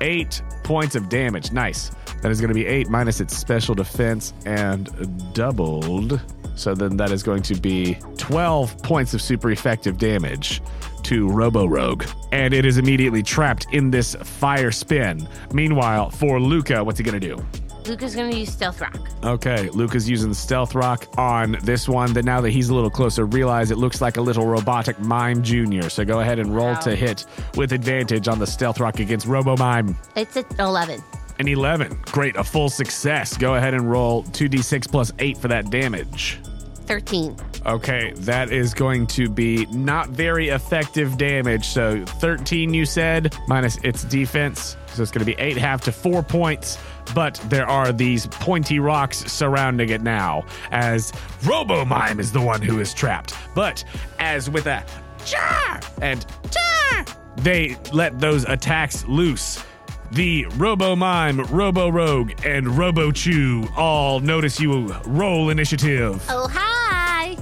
[SPEAKER 1] eight points of damage. Nice. That is going to be eight minus its special defense and doubled. So then that is going to be 12 points of super effective damage to Robo Rogue. And it is immediately trapped in this fire spin. Meanwhile, for Luca, what's he going to do?
[SPEAKER 2] Luca's gonna use stealth rock.
[SPEAKER 1] Okay, Luca's using stealth rock on this one. That now that he's a little closer, realize it looks like a little robotic mime junior. So go ahead and roll to hit with advantage on the stealth rock against Robo Mime.
[SPEAKER 2] It's at 11.
[SPEAKER 1] An 11. Great, a full success. Go ahead and roll 2d6 plus 8 for that damage.
[SPEAKER 2] 13.
[SPEAKER 1] Okay, that is going to be not very effective damage. So 13, you said, minus its defense. So it's going to be 8 half to 4 points. But there are these pointy rocks surrounding it now, as Robomime is the one who is trapped. But as with a jar and jar, they let those attacks loose. The Robo Mime, Robo Rogue, and Robo Chew all notice you roll initiative.
[SPEAKER 2] Oh, hi.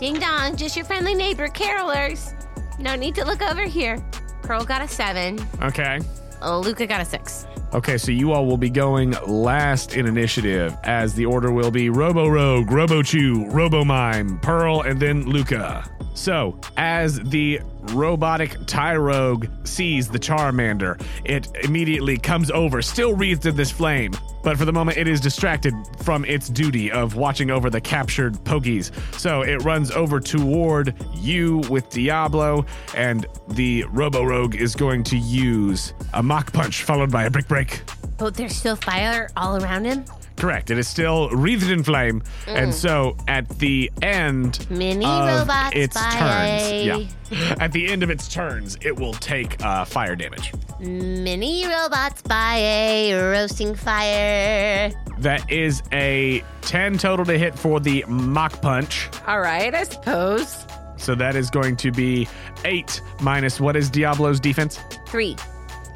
[SPEAKER 2] Ding dong, just your friendly neighbor, carolers. No need to look over here. Pearl got a seven.
[SPEAKER 1] Okay.
[SPEAKER 6] Oh, Luca got a six.
[SPEAKER 1] Okay, so you all will be going last in initiative, as the order will be Robo Rogue, Robo Chew, Robo Mime, Pearl, and then Luca. So, as the robotic Tyrogue sees the Charmander, it immediately comes over, still wreathed in this flame, but for the moment it is distracted from its duty of watching over the captured Pokies. So it runs over toward you with Diablo, and the Robo Rogue is going to use a mock punch followed by a brick break.
[SPEAKER 2] Oh, there's still fire all around him?
[SPEAKER 1] Correct. It is still wreathed in flame, and so at the end
[SPEAKER 2] Mini
[SPEAKER 1] of
[SPEAKER 2] robots
[SPEAKER 1] its
[SPEAKER 2] by a-
[SPEAKER 1] turns, yeah, at the end of its turns, it will take uh, fire damage.
[SPEAKER 2] Mini robots by a roasting fire.
[SPEAKER 1] That is a ten total to hit for the mock punch.
[SPEAKER 6] All right, I suppose.
[SPEAKER 1] So that is going to be eight minus what is Diablo's defense?
[SPEAKER 2] Three.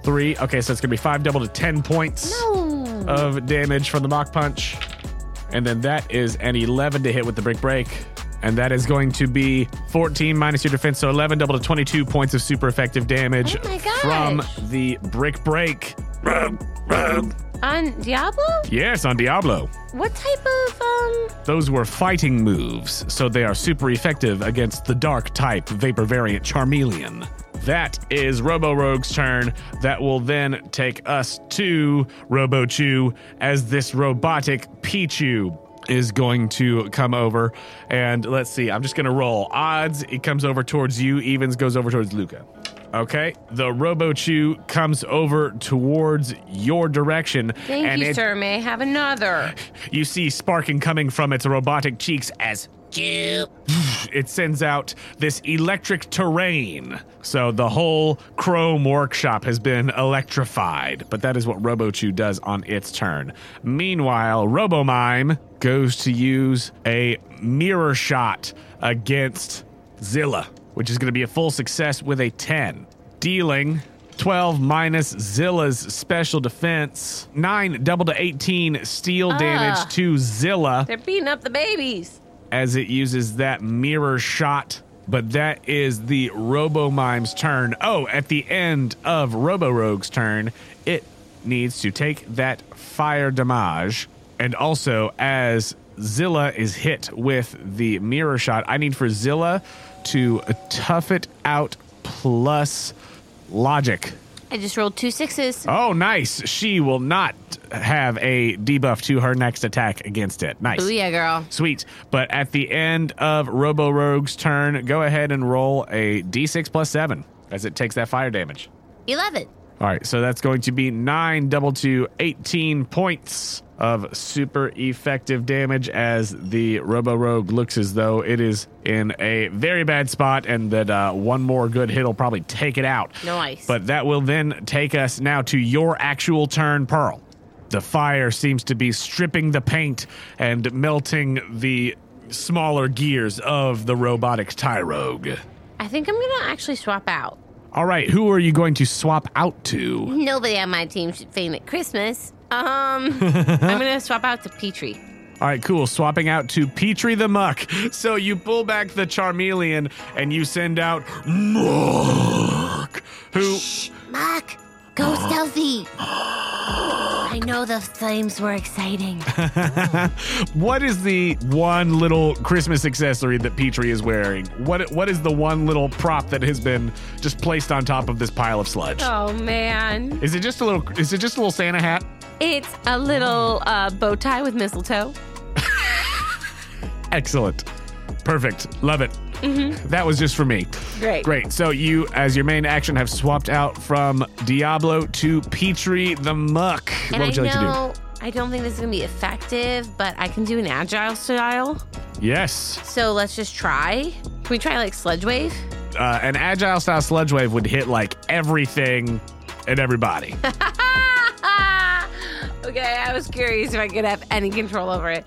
[SPEAKER 1] Three. Okay, so it's going to be five double to ten points of damage from the mock punch. And then that is an 11 to hit with the brick break. And that is going to be 14 minus your defense. So 11 double to 22 points of super effective damage
[SPEAKER 2] Oh my gosh.
[SPEAKER 1] from the brick break.
[SPEAKER 6] On Diablo?
[SPEAKER 1] Yes, on Diablo.
[SPEAKER 6] What type of um
[SPEAKER 1] Those were fighting moves, so they are super effective against the dark type vapor variant Charmeleon. That is Robo Rogue's turn. That will then take us to Robo Chew as this robotic Pichu is going to come over. And let's see, I'm just going to roll. Odds, it comes over towards you, evens goes over towards Luca. Okay, the Robo Chew comes over towards your direction.
[SPEAKER 6] Thank
[SPEAKER 1] and
[SPEAKER 6] you,
[SPEAKER 1] it-
[SPEAKER 6] sir. May I have another?
[SPEAKER 1] you see sparking coming from its robotic cheeks as [sighs] it sends out this electric terrain. So the whole Chrome workshop has been electrified, but that is what RoboChew does on its turn. Meanwhile, RoboMime goes to use a mirror shot against Zilla, which is going to be a full success with a 10, dealing 12 minus Zilla's special defense, 9 double to 18 steel damage to Zilla
[SPEAKER 6] They're beating up the babies.
[SPEAKER 1] as it uses that mirror shot. But that is the Robomime's turn. Oh, at the end of Roborogue's turn, it needs to take that fire damage. And also, as Zilla is hit with the mirror shot, I need for Zilla to tough it out plus logic.
[SPEAKER 2] I just rolled two sixes.
[SPEAKER 1] Oh, nice. She will not have a debuff to her next attack against it. Nice.
[SPEAKER 6] Ooh yeah, girl.
[SPEAKER 1] Sweet. But at the end of Robo Rogue's turn, go ahead and roll a d6 plus 7 as it takes that fire damage.
[SPEAKER 2] 11.
[SPEAKER 1] All right, so that's going to be 9 double to 18 points of super effective damage as the Robo Rogue looks as though it is in a very bad spot and that uh, one more good hit will probably take it out.
[SPEAKER 6] Nice.
[SPEAKER 1] But that will then take us now to your actual turn, Pearl. The fire seems to be stripping the paint and melting the smaller gears of the robotic Tyrogue.
[SPEAKER 6] I think I'm gonna actually swap out.
[SPEAKER 1] All right, who are you going to swap out to?
[SPEAKER 2] Nobody on my team should faint at Christmas.
[SPEAKER 1] [laughs]
[SPEAKER 6] Um I'm gonna swap out to Petrie.
[SPEAKER 1] All right, cool. Swapping out to Petrie the Muck. [laughs] So you pull back the Charmeleon and you send out Muck, who
[SPEAKER 2] Muck, go stealthy. I know the flames were [laughs] exciting.
[SPEAKER 1] What is the one little Christmas accessory that Petrie is wearing? What what is the one little prop that has been just placed on top of this pile of sludge?
[SPEAKER 6] Oh man.
[SPEAKER 1] Is it just a little is it just a little Santa hat?
[SPEAKER 6] It's a little uh, bow tie with mistletoe.
[SPEAKER 1] Excellent.
[SPEAKER 4] Perfect. Love it.
[SPEAKER 1] That was just for me.
[SPEAKER 6] Mm-hmm. Great.
[SPEAKER 1] Great. So you, as your main action, have swapped out from Diablo to Petrie the Muck.
[SPEAKER 6] And
[SPEAKER 1] what would you
[SPEAKER 6] I
[SPEAKER 1] like to
[SPEAKER 6] know I don't think this is gonna be effective, but I can do an agile style.
[SPEAKER 1] do? Yes.
[SPEAKER 6] So let's just try. Can we try like sledge wave?
[SPEAKER 1] Uh, an agile style sludge wave would hit like everything and
[SPEAKER 6] [laughs]
[SPEAKER 1] everybody.
[SPEAKER 6] Ah! okay, I was curious if I could have any control
[SPEAKER 1] [laughs]
[SPEAKER 6] over it.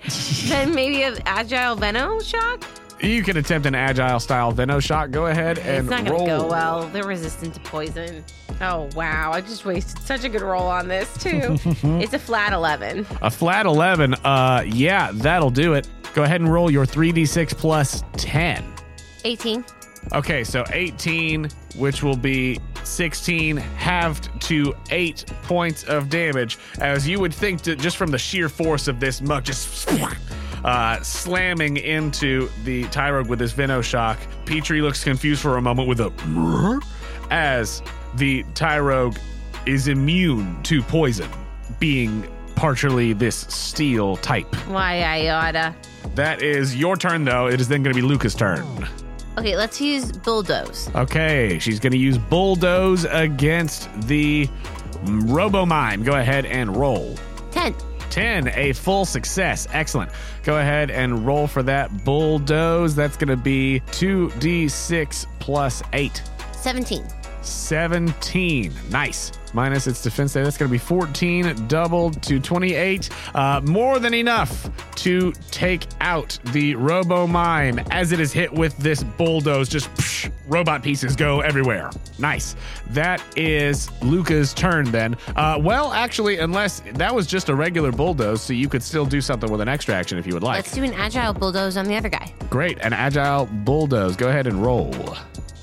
[SPEAKER 6] then maybe an agile venom shock.
[SPEAKER 1] you can attempt an agile style Veno shot. Go ahead and
[SPEAKER 6] It's not
[SPEAKER 1] roll.
[SPEAKER 6] gonna go well. They're resistant to poison. Oh wow! I just wasted such a good roll on this
[SPEAKER 1] [laughs]
[SPEAKER 6] too. it's a flat eleven.
[SPEAKER 1] A flat 11. Uh, yeah, that'll do it. Go ahead and roll your 3d6 plus 10.
[SPEAKER 6] 18.
[SPEAKER 1] Okay, so 18, which will be 16, halved to 8 points of damage. As you would think, that just from the sheer force of this mug, just uh, slamming into the Tyrog with his Veno shock. Petrie looks confused for a moment with a as the Tyrog is immune to poison, being partially this steel type.
[SPEAKER 6] Why I oughta.
[SPEAKER 1] That is your turn, though. It is then going to be Luca's turn.
[SPEAKER 6] Okay, let's use bulldoze.
[SPEAKER 1] Okay, she's going to use bulldoze against the Robo Mime. Go ahead and roll.
[SPEAKER 2] Ten.
[SPEAKER 1] 10, a full success. Excellent. Go ahead and roll for that bulldoze. That's going to be 2d6 plus 8.
[SPEAKER 2] Seventeen.
[SPEAKER 1] 17. Nice. Minus its defense there. That's going to be 14, doubled to 28. Uh, more than enough to take out the Robo Mime as it is hit with this bulldoze. Just psh, robot pieces go everywhere. Nice. That is Luca's turn then. Uh, well, actually, unless that was just a regular bulldoze, so you could still do something with an extra action if you would like.
[SPEAKER 2] Let's do an agile bulldoze on the other guy.
[SPEAKER 1] Great. An agile bulldoze. Go ahead and roll.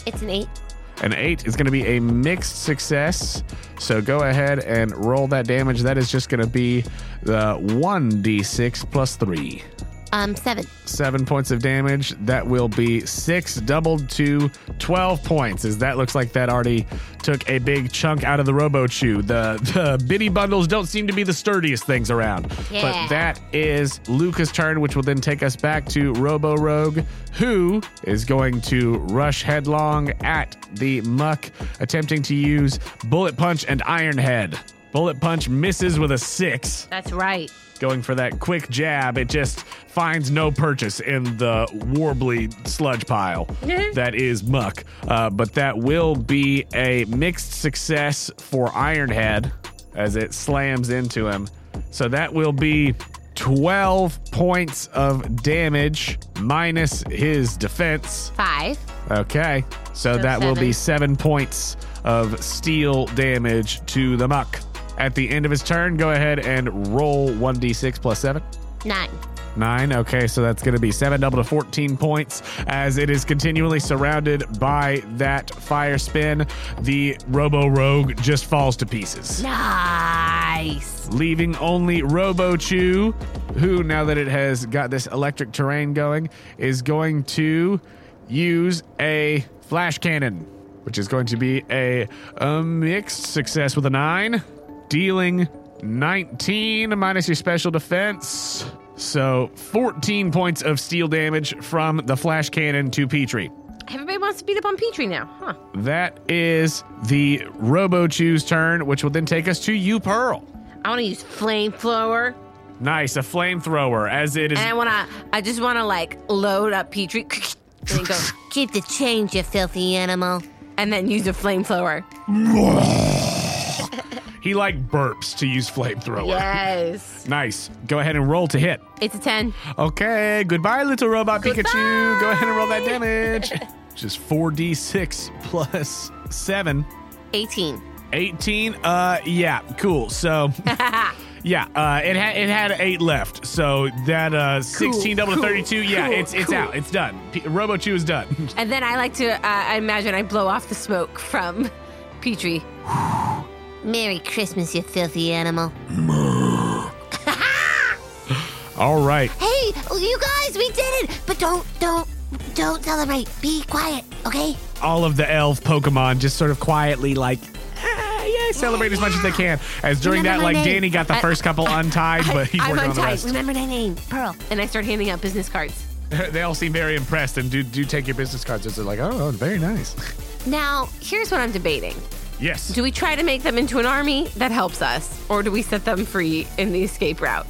[SPEAKER 2] It's an eight.
[SPEAKER 1] An eight is going to be a mixed success. So go ahead and roll that damage. That is just going to be the 1d6 plus three.
[SPEAKER 2] Um, seven.
[SPEAKER 1] Seven points of damage. That will be six doubled to 12 points. As that looks like that already took a big chunk out of the Robo Chew. The, the bitty bundles don't seem to be the sturdiest things around.
[SPEAKER 2] Yeah.
[SPEAKER 1] But that is Luca's turn, which will then take us back to Robo Rogue, who is going to rush headlong at the muck, attempting to use Bullet Punch and Iron Head. Bullet Punch misses with a six
[SPEAKER 6] That's right.
[SPEAKER 1] going for that quick jab. It just finds no purchase in the warbly sludge pile that is muck. Uh, but that will be a mixed success for Ironhead as it slams into him. So that will be 12 points of damage minus his defense.
[SPEAKER 6] Five.
[SPEAKER 1] Okay. So,
[SPEAKER 6] So
[SPEAKER 1] that will be seven
[SPEAKER 6] seven.
[SPEAKER 1] points of steel damage to the muck. At the end of his turn, go ahead and roll 1d6 plus 7.
[SPEAKER 2] Nine.
[SPEAKER 1] Nine. Okay, so that's going to be seven double to 14 points as it is continually surrounded by that fire spin. The Robo Rogue just falls to pieces
[SPEAKER 6] Nice.
[SPEAKER 1] leaving only Robo Chew, who, now that it has got this electric terrain going, is going to use a flash cannon, which is going to be a, a mixed success with a nine, dealing 19 minus your special defense. So 14 points of steel damage from the flash cannon to Petrie.
[SPEAKER 6] Everybody wants to beat up on Petrie now, huh?
[SPEAKER 1] That is the Robo Chew's turn, which will then take us to you, Pearl.
[SPEAKER 6] I want to use flamethrower,
[SPEAKER 1] Nice, a flamethrower as it is.
[SPEAKER 6] and I want to. I just want to like load up Petrie, [laughs] and then go,
[SPEAKER 2] Keep the change, you filthy animal.
[SPEAKER 6] and then use a flamethrower.
[SPEAKER 1] He like burps to use flamethrower.
[SPEAKER 6] Yes.
[SPEAKER 1] Nice. Go ahead and roll to hit.
[SPEAKER 6] It's a ten.
[SPEAKER 1] Okay. Goodbye, little robot Pikachu. Go ahead and roll that damage. Just 4d6 plus 7.
[SPEAKER 2] Eighteen.
[SPEAKER 1] 18. Uh, yeah, cool. So, yeah, uh, it had it had eight left. So that uh, 16 double to 32. yeah, it's it's out. It's done. P- Robo Chew is done. [laughs]
[SPEAKER 6] And then I like to. Uh, I imagine I blow off the smoke from Petrie.
[SPEAKER 2] Merry Christmas, you filthy animal.
[SPEAKER 1] All right.
[SPEAKER 2] Hey, oh, you guys, we did it! But don't, don't, don't celebrate. Be quiet, okay?
[SPEAKER 1] all of the elf Pokemon just sort of quietly like "Ah, yeah, celebrate as much as they can. As during
[SPEAKER 2] Remember
[SPEAKER 1] that,
[SPEAKER 2] my
[SPEAKER 1] like
[SPEAKER 2] name.
[SPEAKER 1] Danny got the first couple untied, but he's
[SPEAKER 6] I'm
[SPEAKER 1] working on the
[SPEAKER 6] untied.
[SPEAKER 1] rest.
[SPEAKER 2] Remember my name, Pearl.
[SPEAKER 6] And I start handing out business cards.
[SPEAKER 1] [laughs] they all seem very impressed and do do take your business cards. They're like, oh, very nice.
[SPEAKER 6] Now, here's what I'm debating.
[SPEAKER 1] Yes.
[SPEAKER 6] Do we try to make them into an army that helps us, or do we set them free in the escape route?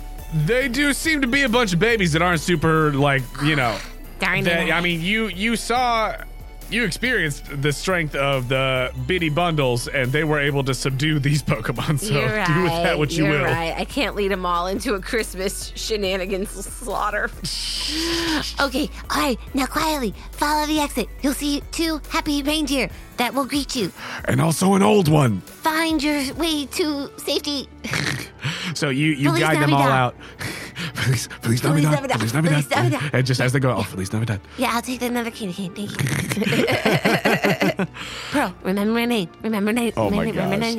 [SPEAKER 1] They do seem to be a bunch of babies that aren't super like you know.
[SPEAKER 6] [sighs] Darn
[SPEAKER 1] That,
[SPEAKER 6] it.
[SPEAKER 1] I mean, you you saw, you experienced the strength of the bitty bundles, and they were able to subdue these Pokemon. So
[SPEAKER 6] You're
[SPEAKER 1] [laughs] do with that
[SPEAKER 6] right,
[SPEAKER 1] what you
[SPEAKER 6] you're
[SPEAKER 1] will.
[SPEAKER 6] Right. I can't lead them all into a Christmas shenanigans
[SPEAKER 1] [laughs]
[SPEAKER 6] slaughter.
[SPEAKER 2] Okay, all right, now quietly follow the exit. You'll see two happy reindeer that will greet you.
[SPEAKER 7] And also an old one.
[SPEAKER 2] Find your way to safety.
[SPEAKER 1] So you you
[SPEAKER 2] Feliz
[SPEAKER 1] guide them all
[SPEAKER 2] Navidad.
[SPEAKER 1] out, [laughs]
[SPEAKER 7] Feliz, Feliz
[SPEAKER 2] Feliz Navidad,
[SPEAKER 7] Navidad. Feliz
[SPEAKER 2] Feliz
[SPEAKER 7] Navidad.
[SPEAKER 2] Navidad.
[SPEAKER 1] and just as they go, oh,
[SPEAKER 7] Feliz Navidad.
[SPEAKER 2] Yeah, I'll take another candy cane. Thank you.
[SPEAKER 1] [laughs]
[SPEAKER 2] [laughs] Pearl, remember my name. Remember my name.
[SPEAKER 1] Oh my
[SPEAKER 2] remember, remember my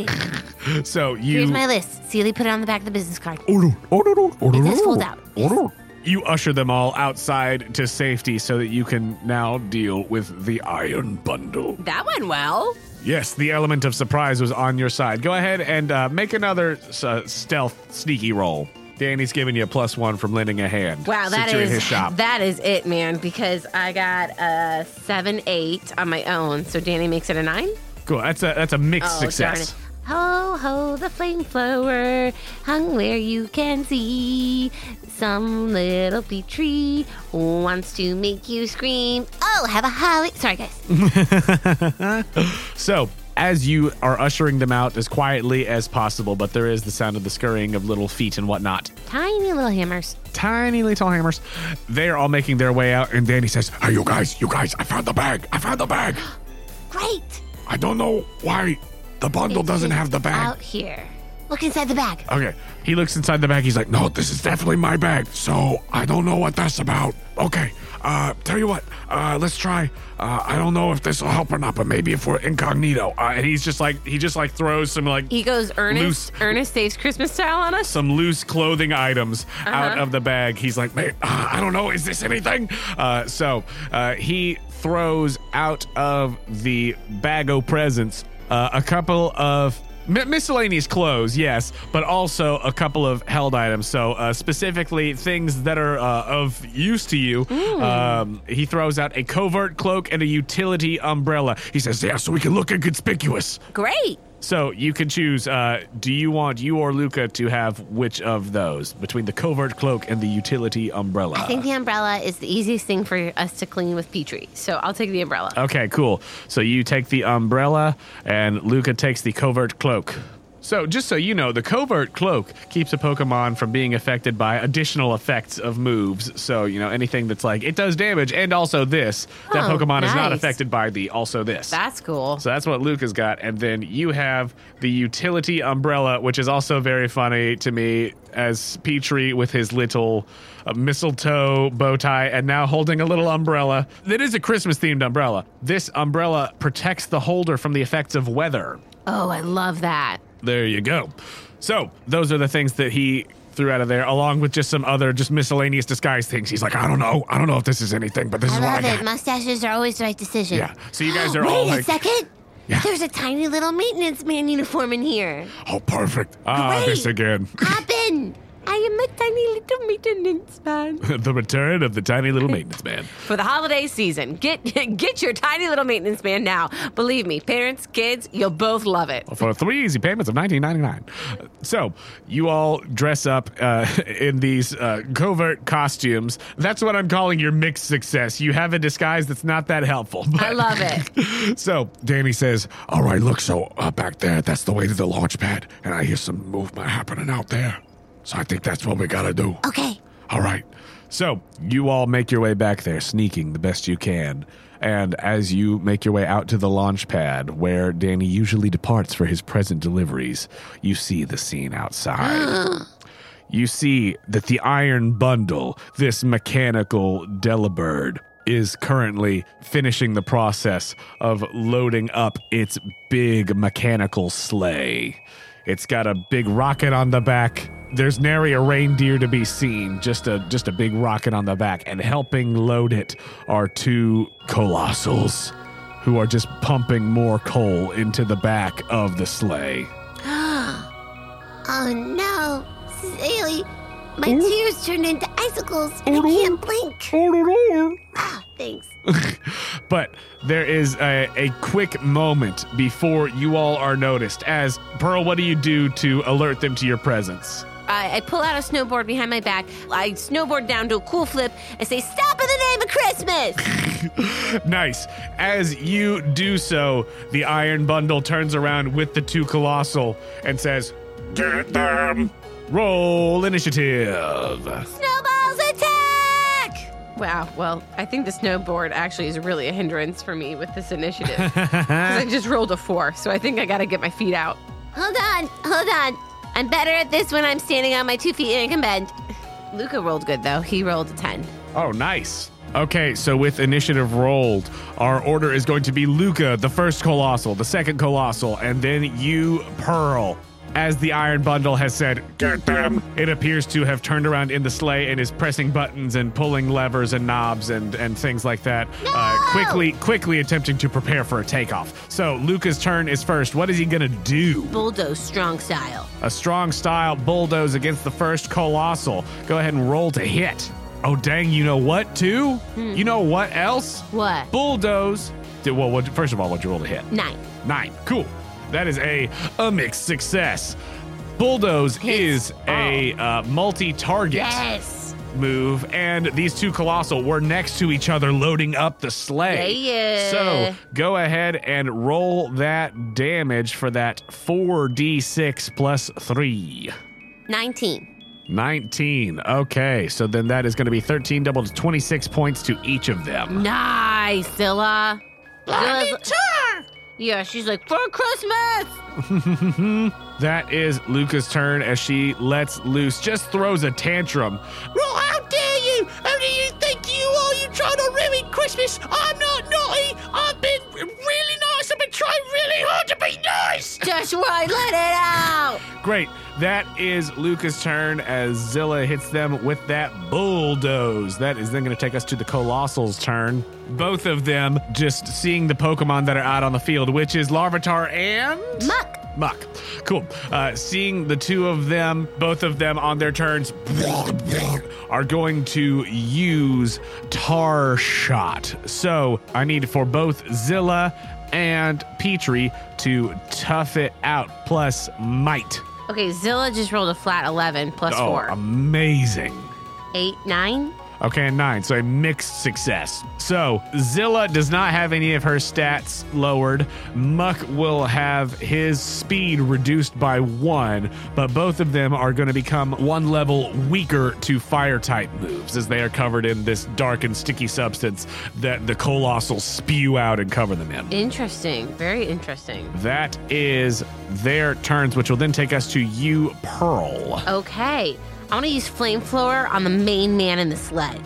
[SPEAKER 2] name.
[SPEAKER 1] so you
[SPEAKER 2] Here's my list. Sealy put it on the back of the business card.
[SPEAKER 7] Order, order, order,
[SPEAKER 2] This folds out.
[SPEAKER 7] order.
[SPEAKER 1] you usher them all outside to safety, so that you can now deal with the Iron Bundle.
[SPEAKER 6] that went well.
[SPEAKER 1] Yes, the element of surprise was on your side. Go ahead and uh, make another uh, stealth sneaky roll. Danny's giving you a plus one from lending a hand.
[SPEAKER 6] Wow, that
[SPEAKER 1] Since you're in
[SPEAKER 6] is
[SPEAKER 1] his shop.
[SPEAKER 6] that is it, man. Because I got a seven eight on my own, so Danny makes it a nine.
[SPEAKER 1] cool. That's a that's a mixed
[SPEAKER 6] Oh,
[SPEAKER 1] success.
[SPEAKER 2] Ho, ho, the flame flower hung where you can see. Some little bee tree wants to make you scream. Oh, have a holly. Sorry, guys.
[SPEAKER 1] So as you are ushering them out as quietly as possible, but there is the sound of the scurrying of little feet and whatnot.
[SPEAKER 2] Tiny little hammers.
[SPEAKER 1] Tiny little hammers. They are all making their way out, and Danny says,
[SPEAKER 7] Hey, you guys, you guys, I found the bag. I found the bag.
[SPEAKER 2] Great.
[SPEAKER 7] I don't know why the bundle doesn't have the bag.
[SPEAKER 2] Out here. Look inside the bag.
[SPEAKER 1] "Okay." He looks inside the bag. He's like, "No,
[SPEAKER 7] No, this is definitely my bag. So I don't know what that's about. Okay, uh, tell you what, uh, let's try. Uh, I don't know if this will help or not, but maybe if we're incognito.
[SPEAKER 1] Uh, and he's just like he just like throws some like
[SPEAKER 6] He goes
[SPEAKER 1] Loose.
[SPEAKER 6] Ernest. Ernest saves Christmas style on us.
[SPEAKER 1] some loose clothing items out of the bag. He's like, man, uh, I don't know, is this anything? Uh, so uh, he throws out of the bag of presents uh, a couple of mi- miscellaneous clothes, yes, but also a couple of held items. So uh, specifically things that are uh, of use to you. Um, he throws out a covert cloak and a utility umbrella.
[SPEAKER 7] He says, yeah, so we can look inconspicuous.
[SPEAKER 6] Great.
[SPEAKER 1] So you can choose. Uh, do you want you or Luca to have which of those between the covert cloak and the utility umbrella?
[SPEAKER 2] I think the umbrella is the
[SPEAKER 6] Easiest thing for us to clean with Petrie, so I'll take the umbrella.
[SPEAKER 1] okay, cool. So you take the umbrella, and Luca takes the covert cloak. So just so you know, the covert cloak keeps a Pokemon from being affected by additional effects of moves. So you know anything that's like it does damage, and also this that
[SPEAKER 6] Oh,
[SPEAKER 1] Pokemon is not
[SPEAKER 6] nice.
[SPEAKER 1] affected by the also this.
[SPEAKER 6] That's cool.
[SPEAKER 1] So that's what Luca's got. And then you have the utility umbrella, which is also very funny to me as Petrie with his little uh, mistletoe bow tie and now holding a little umbrella. That is a Christmas themed umbrella. This umbrella protects the holder from the effects of weather.
[SPEAKER 6] Oh, I love that.
[SPEAKER 1] There you go. So those are the things that he threw out of there, along with just some other just miscellaneous disguise things. He's like, I don't know. I don't know if this is anything, but this
[SPEAKER 2] I
[SPEAKER 1] is what I
[SPEAKER 2] love
[SPEAKER 1] got.
[SPEAKER 2] it. Mustaches are always the right decision.
[SPEAKER 1] Yeah. So you
[SPEAKER 2] [gasps]
[SPEAKER 1] guys are
[SPEAKER 2] Wait
[SPEAKER 1] all
[SPEAKER 2] a
[SPEAKER 1] like,
[SPEAKER 2] second.
[SPEAKER 7] Yeah.
[SPEAKER 2] There's a tiny little maintenance man uniform in here.
[SPEAKER 7] Oh, perfect.
[SPEAKER 1] ah, this
[SPEAKER 2] Great.
[SPEAKER 1] again. [laughs]
[SPEAKER 2] Happen.
[SPEAKER 6] I am a tiny little maintenance man.
[SPEAKER 1] the return of the tiny little maintenance man.
[SPEAKER 6] for the holiday season. Get [laughs] get your tiny little maintenance man now. Believe me, parents, kids, you'll both love it.
[SPEAKER 1] for three easy payments of nineteen ninety nine. So you all dress up uh, [laughs] in these uh, covert costumes. That's what I'm calling your mixed success. You have a disguise that's not that helpful.
[SPEAKER 6] I love
[SPEAKER 1] [laughs]
[SPEAKER 6] it.
[SPEAKER 1] so
[SPEAKER 7] Danny says, all right, look, so uh, back there, that's the way to the launch pad, and I hear some movement happening out there. So I think that's what we gotta do.
[SPEAKER 2] Okay.
[SPEAKER 7] All right.
[SPEAKER 1] so you all make your way back there, sneaking the best you can. And as you make your way out to the launch pad where Danny usually departs for his present deliveries, you see the scene outside. you see that the iron bundle, this mechanical Delibird, is currently finishing the process of loading up its big mechanical sleigh. It's got a big rocket on the back. There's nary a reindeer to be seen, just a just a big rocket on the back, and helping load it are two colossals who are just pumping more coal into the back of the sleigh.
[SPEAKER 2] Oh no, Silly, My
[SPEAKER 6] Mm.
[SPEAKER 2] tears turned into icicles and I
[SPEAKER 6] Mm-hmm.
[SPEAKER 2] can't blink. Ah, thanks.
[SPEAKER 1] But there is a, a quick moment before you all are noticed. As Pearl, what do you do to alert them to your presence? [laughs]
[SPEAKER 2] I, I pull out a snowboard behind my back. I snowboard down to a cool flip. I say, Stop in the name of Christmas!
[SPEAKER 1] Nice. As you do so, the Iron Bundle turns around with the two Colossal and says, Get them! Roll initiative.
[SPEAKER 2] Snowballs attack!
[SPEAKER 6] Wow. Well, I think the snowboard actually is really a hindrance for me with this initiative. 'Cause I just rolled a four, so I think I got to get my feet out.
[SPEAKER 2] Hold on, hold on. I'm better at this when I'm standing on my two feet and I can bend. Luca rolled good though. He rolled a 10.
[SPEAKER 1] Oh, nice. Okay, so with initiative rolled, our order is going to be Luca, the first colossal, the second colossal, and then you, Pearl. As the Iron Bundle has said, get them. It appears to have turned around in the sleigh and is pressing buttons and pulling levers and knobs and, and things like that. Uh, quickly, quickly attempting to prepare for a takeoff. So Luca's turn is first. What is he gonna do?
[SPEAKER 2] Bulldoze strong style.
[SPEAKER 1] A strong style bulldoze against the first colossal. Go ahead and roll to hit. Oh dang! You know what? Too? You know what else?
[SPEAKER 2] Hmm. What?
[SPEAKER 1] Bulldoze. Did well. What, first of all, what'd you roll to hit?
[SPEAKER 2] Nine.
[SPEAKER 1] Nine. Cool. That is a a mixed success. Bulldoze is a uh, multi-target
[SPEAKER 2] Oh. Yes.
[SPEAKER 1] move, and these two colossal were next to each other, loading up the sleigh.
[SPEAKER 2] Yeah, yeah.
[SPEAKER 1] So go ahead and roll that damage for that four d six plus three.
[SPEAKER 2] 19.
[SPEAKER 1] 19. Okay, so then that is going to be 13 double to 26 points to each of them.
[SPEAKER 2] Nice, Zilla. Zilla's- Yeah, she's like, for Christmas!
[SPEAKER 1] That is Luca's turn as she lets loose, just throws a tantrum.
[SPEAKER 8] Well, how dare you? How do you think you are? You trying to ruin Christmas? I'm not naughty. I've been really nice. I've been trying really hard to be nice.
[SPEAKER 2] Just right, let it out!
[SPEAKER 1] Great. That is Luca's turn as Zilla hits them with that bulldoze. That is then going to take us to the Colossal's turn. Both of them just seeing the Pokemon that are out on the field, which is Larvitar and.
[SPEAKER 2] Muck!
[SPEAKER 1] Muck. Cool. Uh, seeing the two of them, both of them on their turns, are going to use Tar Shot. So I need for both Zilla and Petrie to tough it out, plus might.
[SPEAKER 6] Okay, Zilla just rolled a flat 11 plus
[SPEAKER 1] Oh,
[SPEAKER 6] 4.
[SPEAKER 1] amazing.
[SPEAKER 6] 8, 9.
[SPEAKER 1] Okay, and nine. So a mixed success. So Zilla does not have any of her stats lowered. Muck will have his speed reduced by one, but both of them are going to become one level weaker to fire type moves as they are covered in this dark and sticky substance that the colossal spew out and cover them in.
[SPEAKER 6] Interesting. Very interesting.
[SPEAKER 1] That is their turns, which will then take us to you, Pearl.
[SPEAKER 6] Okay. I want to use flame flower on the main man in the sled.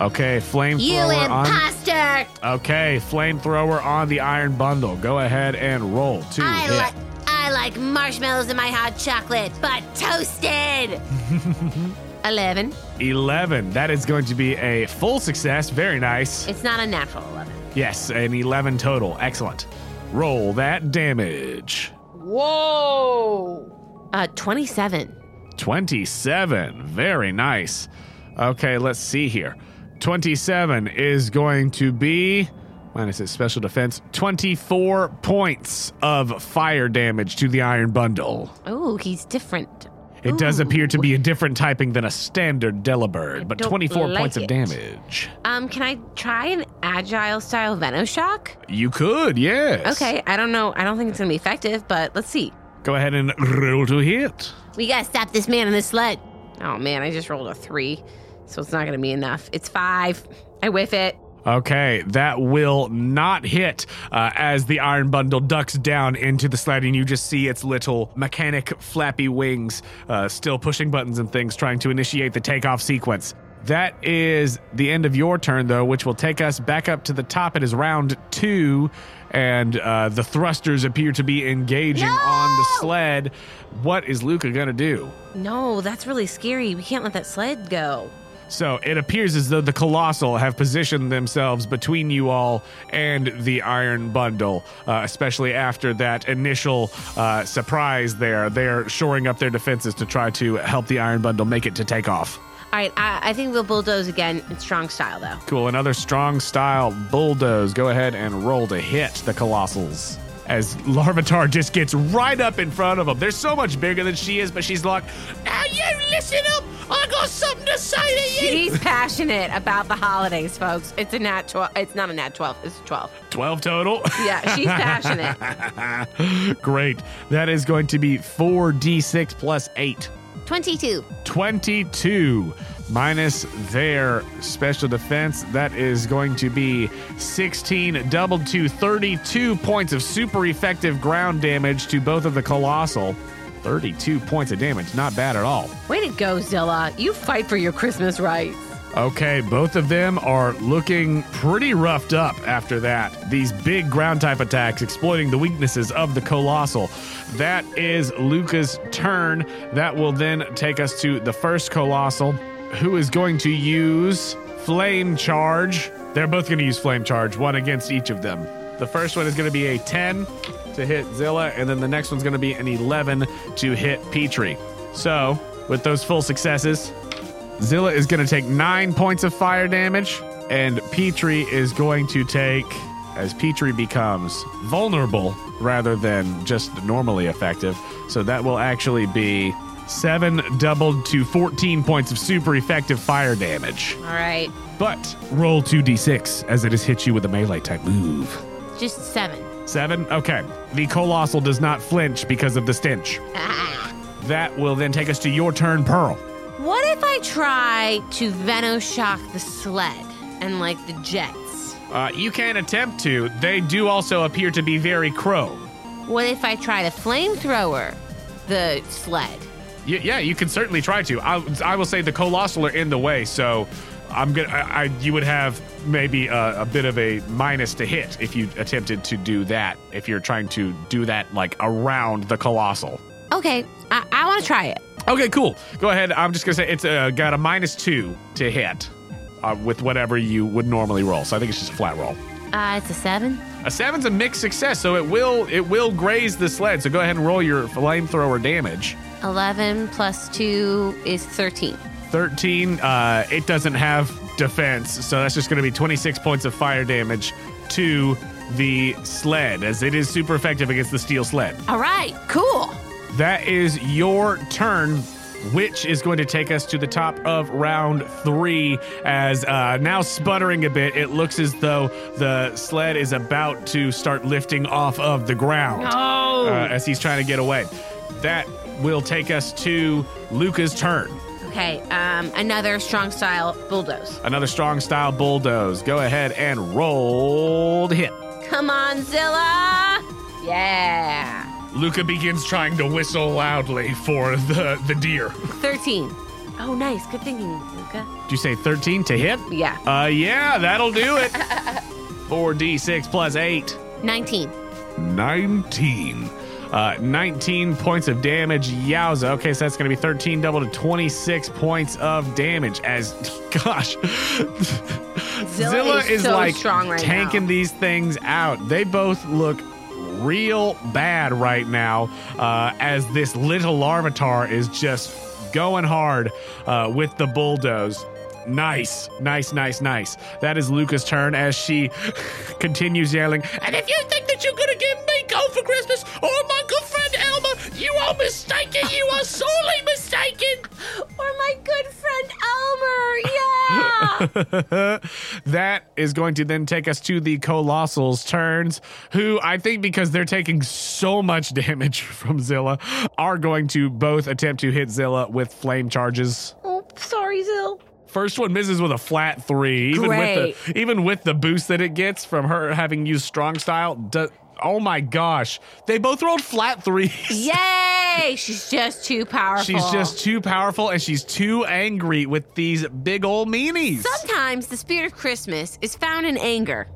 [SPEAKER 1] Okay, flamethrower.
[SPEAKER 2] You
[SPEAKER 1] on-
[SPEAKER 2] imposter!
[SPEAKER 1] Okay, flamethrower on the iron bundle. Go ahead and roll two.
[SPEAKER 2] I
[SPEAKER 1] hit.
[SPEAKER 2] like I like marshmallows in my hot chocolate, but
[SPEAKER 1] [laughs]
[SPEAKER 2] toasted. Eleven.
[SPEAKER 1] 11. That is going to be a full success. Very nice.
[SPEAKER 6] It's not a natural 11.
[SPEAKER 1] Yes, an 11 total. Excellent. Roll that damage.
[SPEAKER 6] Whoa! Uh, 27.
[SPEAKER 1] 27. Very nice. Okay, let's see here. 27 is going to be minus its special defense 24 points of fire damage to the iron bundle.
[SPEAKER 6] Oh, he's different.
[SPEAKER 1] It does
[SPEAKER 6] Ooh.
[SPEAKER 1] appear to be a different typing than a standard Delibird, but
[SPEAKER 6] don't
[SPEAKER 1] 24
[SPEAKER 6] like
[SPEAKER 1] points of
[SPEAKER 6] it.
[SPEAKER 1] damage.
[SPEAKER 6] Um, can I try an agile style Venoshock?
[SPEAKER 1] You could, yes.
[SPEAKER 6] Okay, I don't know. I don't think it's gonna be effective, but let's see.
[SPEAKER 1] Go ahead and roll to hit.
[SPEAKER 2] We gotta stop this man in the sled.
[SPEAKER 6] Oh man, I just rolled a three, so it's not gonna be enough. It's five. I whiff it.
[SPEAKER 1] Okay, that will not hit uh, as the iron bundle ducks down into the sled, and you just see its little mechanic flappy wings uh, still pushing buttons and things, trying to initiate the takeoff sequence. That is the end of your turn, though, which will take us back up to the top. It is round two, and uh, the thrusters appear to be engaging on the sled. What is Luca going to do?
[SPEAKER 6] No, that's really scary. We can't let that sled go.
[SPEAKER 1] So it appears as though the Colossal have positioned themselves between you all and the Iron Bundle, uh, especially after that initial uh, surprise there. They're shoring up their defenses to try to help the Iron Bundle make it to take off.
[SPEAKER 6] All right, I, I think we'll bulldoze again in strong style, though.
[SPEAKER 1] Cool. Another strong style bulldoze. Go ahead and roll to hit the Colossals. As Larvitar just gets right up in front of them. They're so much bigger than she is, but she's like,
[SPEAKER 8] Now you listen up. I got something to say to you.
[SPEAKER 6] She's passionate about the holidays, folks. It's a nat twelve. It's not a nat twelve. It's a twelve.
[SPEAKER 1] 12 total. [laughs]
[SPEAKER 6] Yeah, [laughs] she's passionate.
[SPEAKER 1] Great. That is going to be 4d6 plus 8.
[SPEAKER 2] 22.
[SPEAKER 1] 22 minus their special defense. That is going to be 16 doubled to 32 points of super effective ground damage to both of the Colossal. 32 points of damage. Not bad at all.
[SPEAKER 6] Way to go, Zilla. You fight for your Christmas rights.
[SPEAKER 1] Okay, both of them are looking pretty roughed up after that. These big ground type attacks exploiting the weaknesses of the Colossal. That is Luca's turn. That will then take us to the first Colossal, who is going to use Flame Charge. They're both going to use Flame Charge, one against each of them. The first one is going to be a 10 to hit Zilla, and then the next one's going to be an 11 to hit Petrie. So, with those full successes, Zilla is going to take nine points of fire damage, and Petrie is going to take, as Petrie becomes vulnerable rather than just normally effective. So that will actually be seven doubled to 14 points of super effective fire damage.
[SPEAKER 6] All right,
[SPEAKER 1] But roll 2d6 as it has hit you with a melee type move.
[SPEAKER 2] Just seven. [laughs]
[SPEAKER 1] Seven? Okay. The Colossal does not flinch because of the stench. That will then take us to your turn, Pearl.
[SPEAKER 2] What if I try to Venoshock the sled and like the jets?
[SPEAKER 1] Uh, you can attempt to. They do also appear to be very crow.
[SPEAKER 2] What if I try to flamethrower the sled?
[SPEAKER 1] Y- yeah, you can certainly try to. I, I will say the colossal are in the way, so I'm gonna. I, I you would have maybe a, a bit of a minus to hit if you attempted to do that. If you're trying to do that like around the colossal.
[SPEAKER 2] Okay, I, I want to try it.
[SPEAKER 1] Okay, cool. Go ahead. I'm just gonna say it's uh, got a minus two to hit uh, with whatever you would normally roll. So I think it's just a flat roll.
[SPEAKER 2] Uh, it's a seven.
[SPEAKER 1] A seven's a mixed success, so it will it will graze the sled. So go ahead and roll your flamethrower damage.
[SPEAKER 2] 11 plus two is 13.
[SPEAKER 1] 13. Uh, it doesn't have defense, so that's just going to be 26 points of fire damage to the sled, as it is super effective against the steel sled.
[SPEAKER 2] All right, cool.
[SPEAKER 1] That is your turn, which is going to take us to the top of round three. As uh, now sputtering a bit, it looks as though the sled is about to start lifting off of the ground uh, as he's trying to get away. That will take us to Luca's turn.
[SPEAKER 6] Okay, um, another strong style bulldoze.
[SPEAKER 1] Another strong style bulldoze. Go ahead and roll to hit.
[SPEAKER 6] Come on, Zilla. Yeah.
[SPEAKER 4] Luca begins trying to whistle loudly for the, the deer.
[SPEAKER 6] 13. Oh, nice. Good thinking, Luca.
[SPEAKER 1] Did you say 13 to hit?
[SPEAKER 6] Yeah.
[SPEAKER 1] Uh, yeah, that'll do it. 4d6 plus 8.
[SPEAKER 2] 19.
[SPEAKER 1] 19. Uh, 19 points of damage. Yowza. Okay, so that's going to be 13 double to 26 points of damage. As, [laughs] gosh, Zilla,
[SPEAKER 6] is so
[SPEAKER 1] like
[SPEAKER 6] strong right
[SPEAKER 1] tanking
[SPEAKER 6] now.
[SPEAKER 1] these things out. They both look real bad right now uh, as this little Larvitar is just going hard uh, with the bulldoze. Nice, nice, nice, nice. That is Luca's turn as she [laughs] continues yelling,
[SPEAKER 8] And if you think that you're gonna get me gold for Christmas or my good friend Elmer, you are mistaken. You are sorely mistaken.
[SPEAKER 2] Or my good friend Elmer. Yeah.
[SPEAKER 1] [laughs] that is going to then take us to the Colossal's turns, who I think because they're taking so much damage [laughs] from Zilla, are going to both attempt to hit Zilla with flame charges.
[SPEAKER 6] Oh, sorry, Zill.
[SPEAKER 1] First one misses with a flat three, even with the even with the boost that it gets from her having used strong style. Do, oh my gosh, they both rolled flat threes. [laughs]
[SPEAKER 6] Yay! She's just too powerful.
[SPEAKER 1] She's just too powerful and she's too angry with these big old meanies.
[SPEAKER 2] Sometimes the spirit of Christmas is found in anger.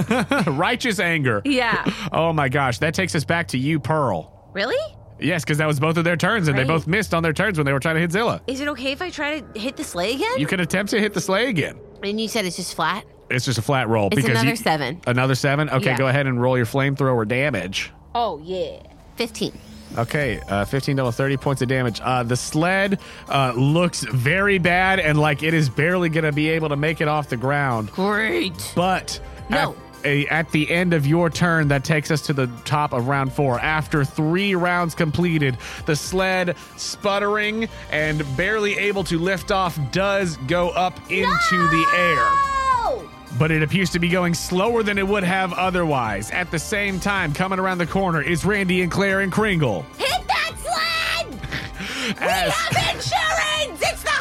[SPEAKER 1] [laughs] Righteous anger.
[SPEAKER 6] Yeah.
[SPEAKER 2] [laughs]
[SPEAKER 1] Oh my gosh, that takes us back to you, Pearl.
[SPEAKER 6] Really?
[SPEAKER 1] Yes, because that was both of their turns, and
[SPEAKER 6] Right.
[SPEAKER 1] they both missed on their turns when they were trying to hit Zilla.
[SPEAKER 2] Is it okay if I try to hit the sleigh again?
[SPEAKER 1] You can attempt to hit the sleigh again.
[SPEAKER 2] and you said it's just flat?
[SPEAKER 1] It's just a flat roll.
[SPEAKER 2] It's
[SPEAKER 1] because
[SPEAKER 2] another
[SPEAKER 1] you-
[SPEAKER 2] seven.
[SPEAKER 1] Another seven? Okay,
[SPEAKER 6] Yeah.
[SPEAKER 1] go ahead and roll your flamethrower damage.
[SPEAKER 2] Oh, yeah. 15.
[SPEAKER 1] Okay, uh, 15 double 30 points of damage. Uh, the sled uh, looks very bad and like it is barely going to be able to make it off the ground.
[SPEAKER 2] Great.
[SPEAKER 1] But
[SPEAKER 2] No.
[SPEAKER 1] at, a- at the end of your turn, that takes us to the top of round four. After three rounds completed, the sled, sputtering and barely able to lift off, does go up into the air
[SPEAKER 2] Oh!
[SPEAKER 1] but it appears to be going slower than it would have otherwise. At the same time, coming around the corner is Randy and Claire and Kringle.
[SPEAKER 2] Hit that sled!
[SPEAKER 1] As,
[SPEAKER 2] insurance! It's the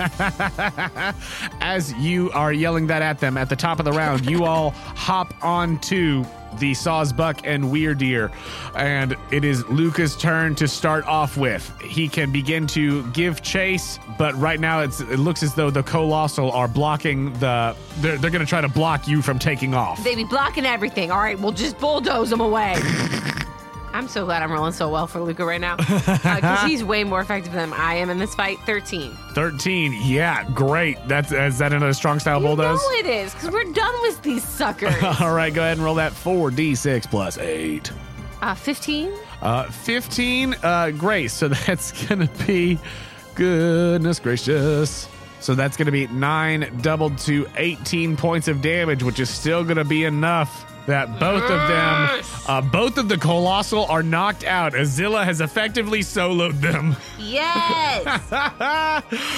[SPEAKER 2] holidays!
[SPEAKER 1] [laughs] as you are yelling that at them at the top of the round, you all hop onto the Sawsbuck and Weirdeer, and it is Luca's turn to start off with. He can begin to give chase, but right now it's, it looks as though the Colossal are blocking the. They're, they're going to try to block you from taking off.
[SPEAKER 6] They be blocking everything. All right, we'll just bulldoze them [laughs] away. I'm so glad I'm rolling so well for Luca right now because he's way more effective than I am in this fight. Thirteen.
[SPEAKER 1] 13. Yeah, great. That's is that another strong style bulldoze?
[SPEAKER 6] You know it is because we're done with these suckers. [laughs]
[SPEAKER 1] All right, go ahead and roll that 4d6 plus 8.
[SPEAKER 6] Uh, Fifteen.
[SPEAKER 1] Uh, 15, uh, grace. So [laughs] that's going to be, goodness gracious. So that's going to be 9 doubled to 18 points of damage, which is still going to be enough that both of them, uh, both of the Colossal are knocked out. Azilla has effectively soloed them. [laughs]
[SPEAKER 2] Yes!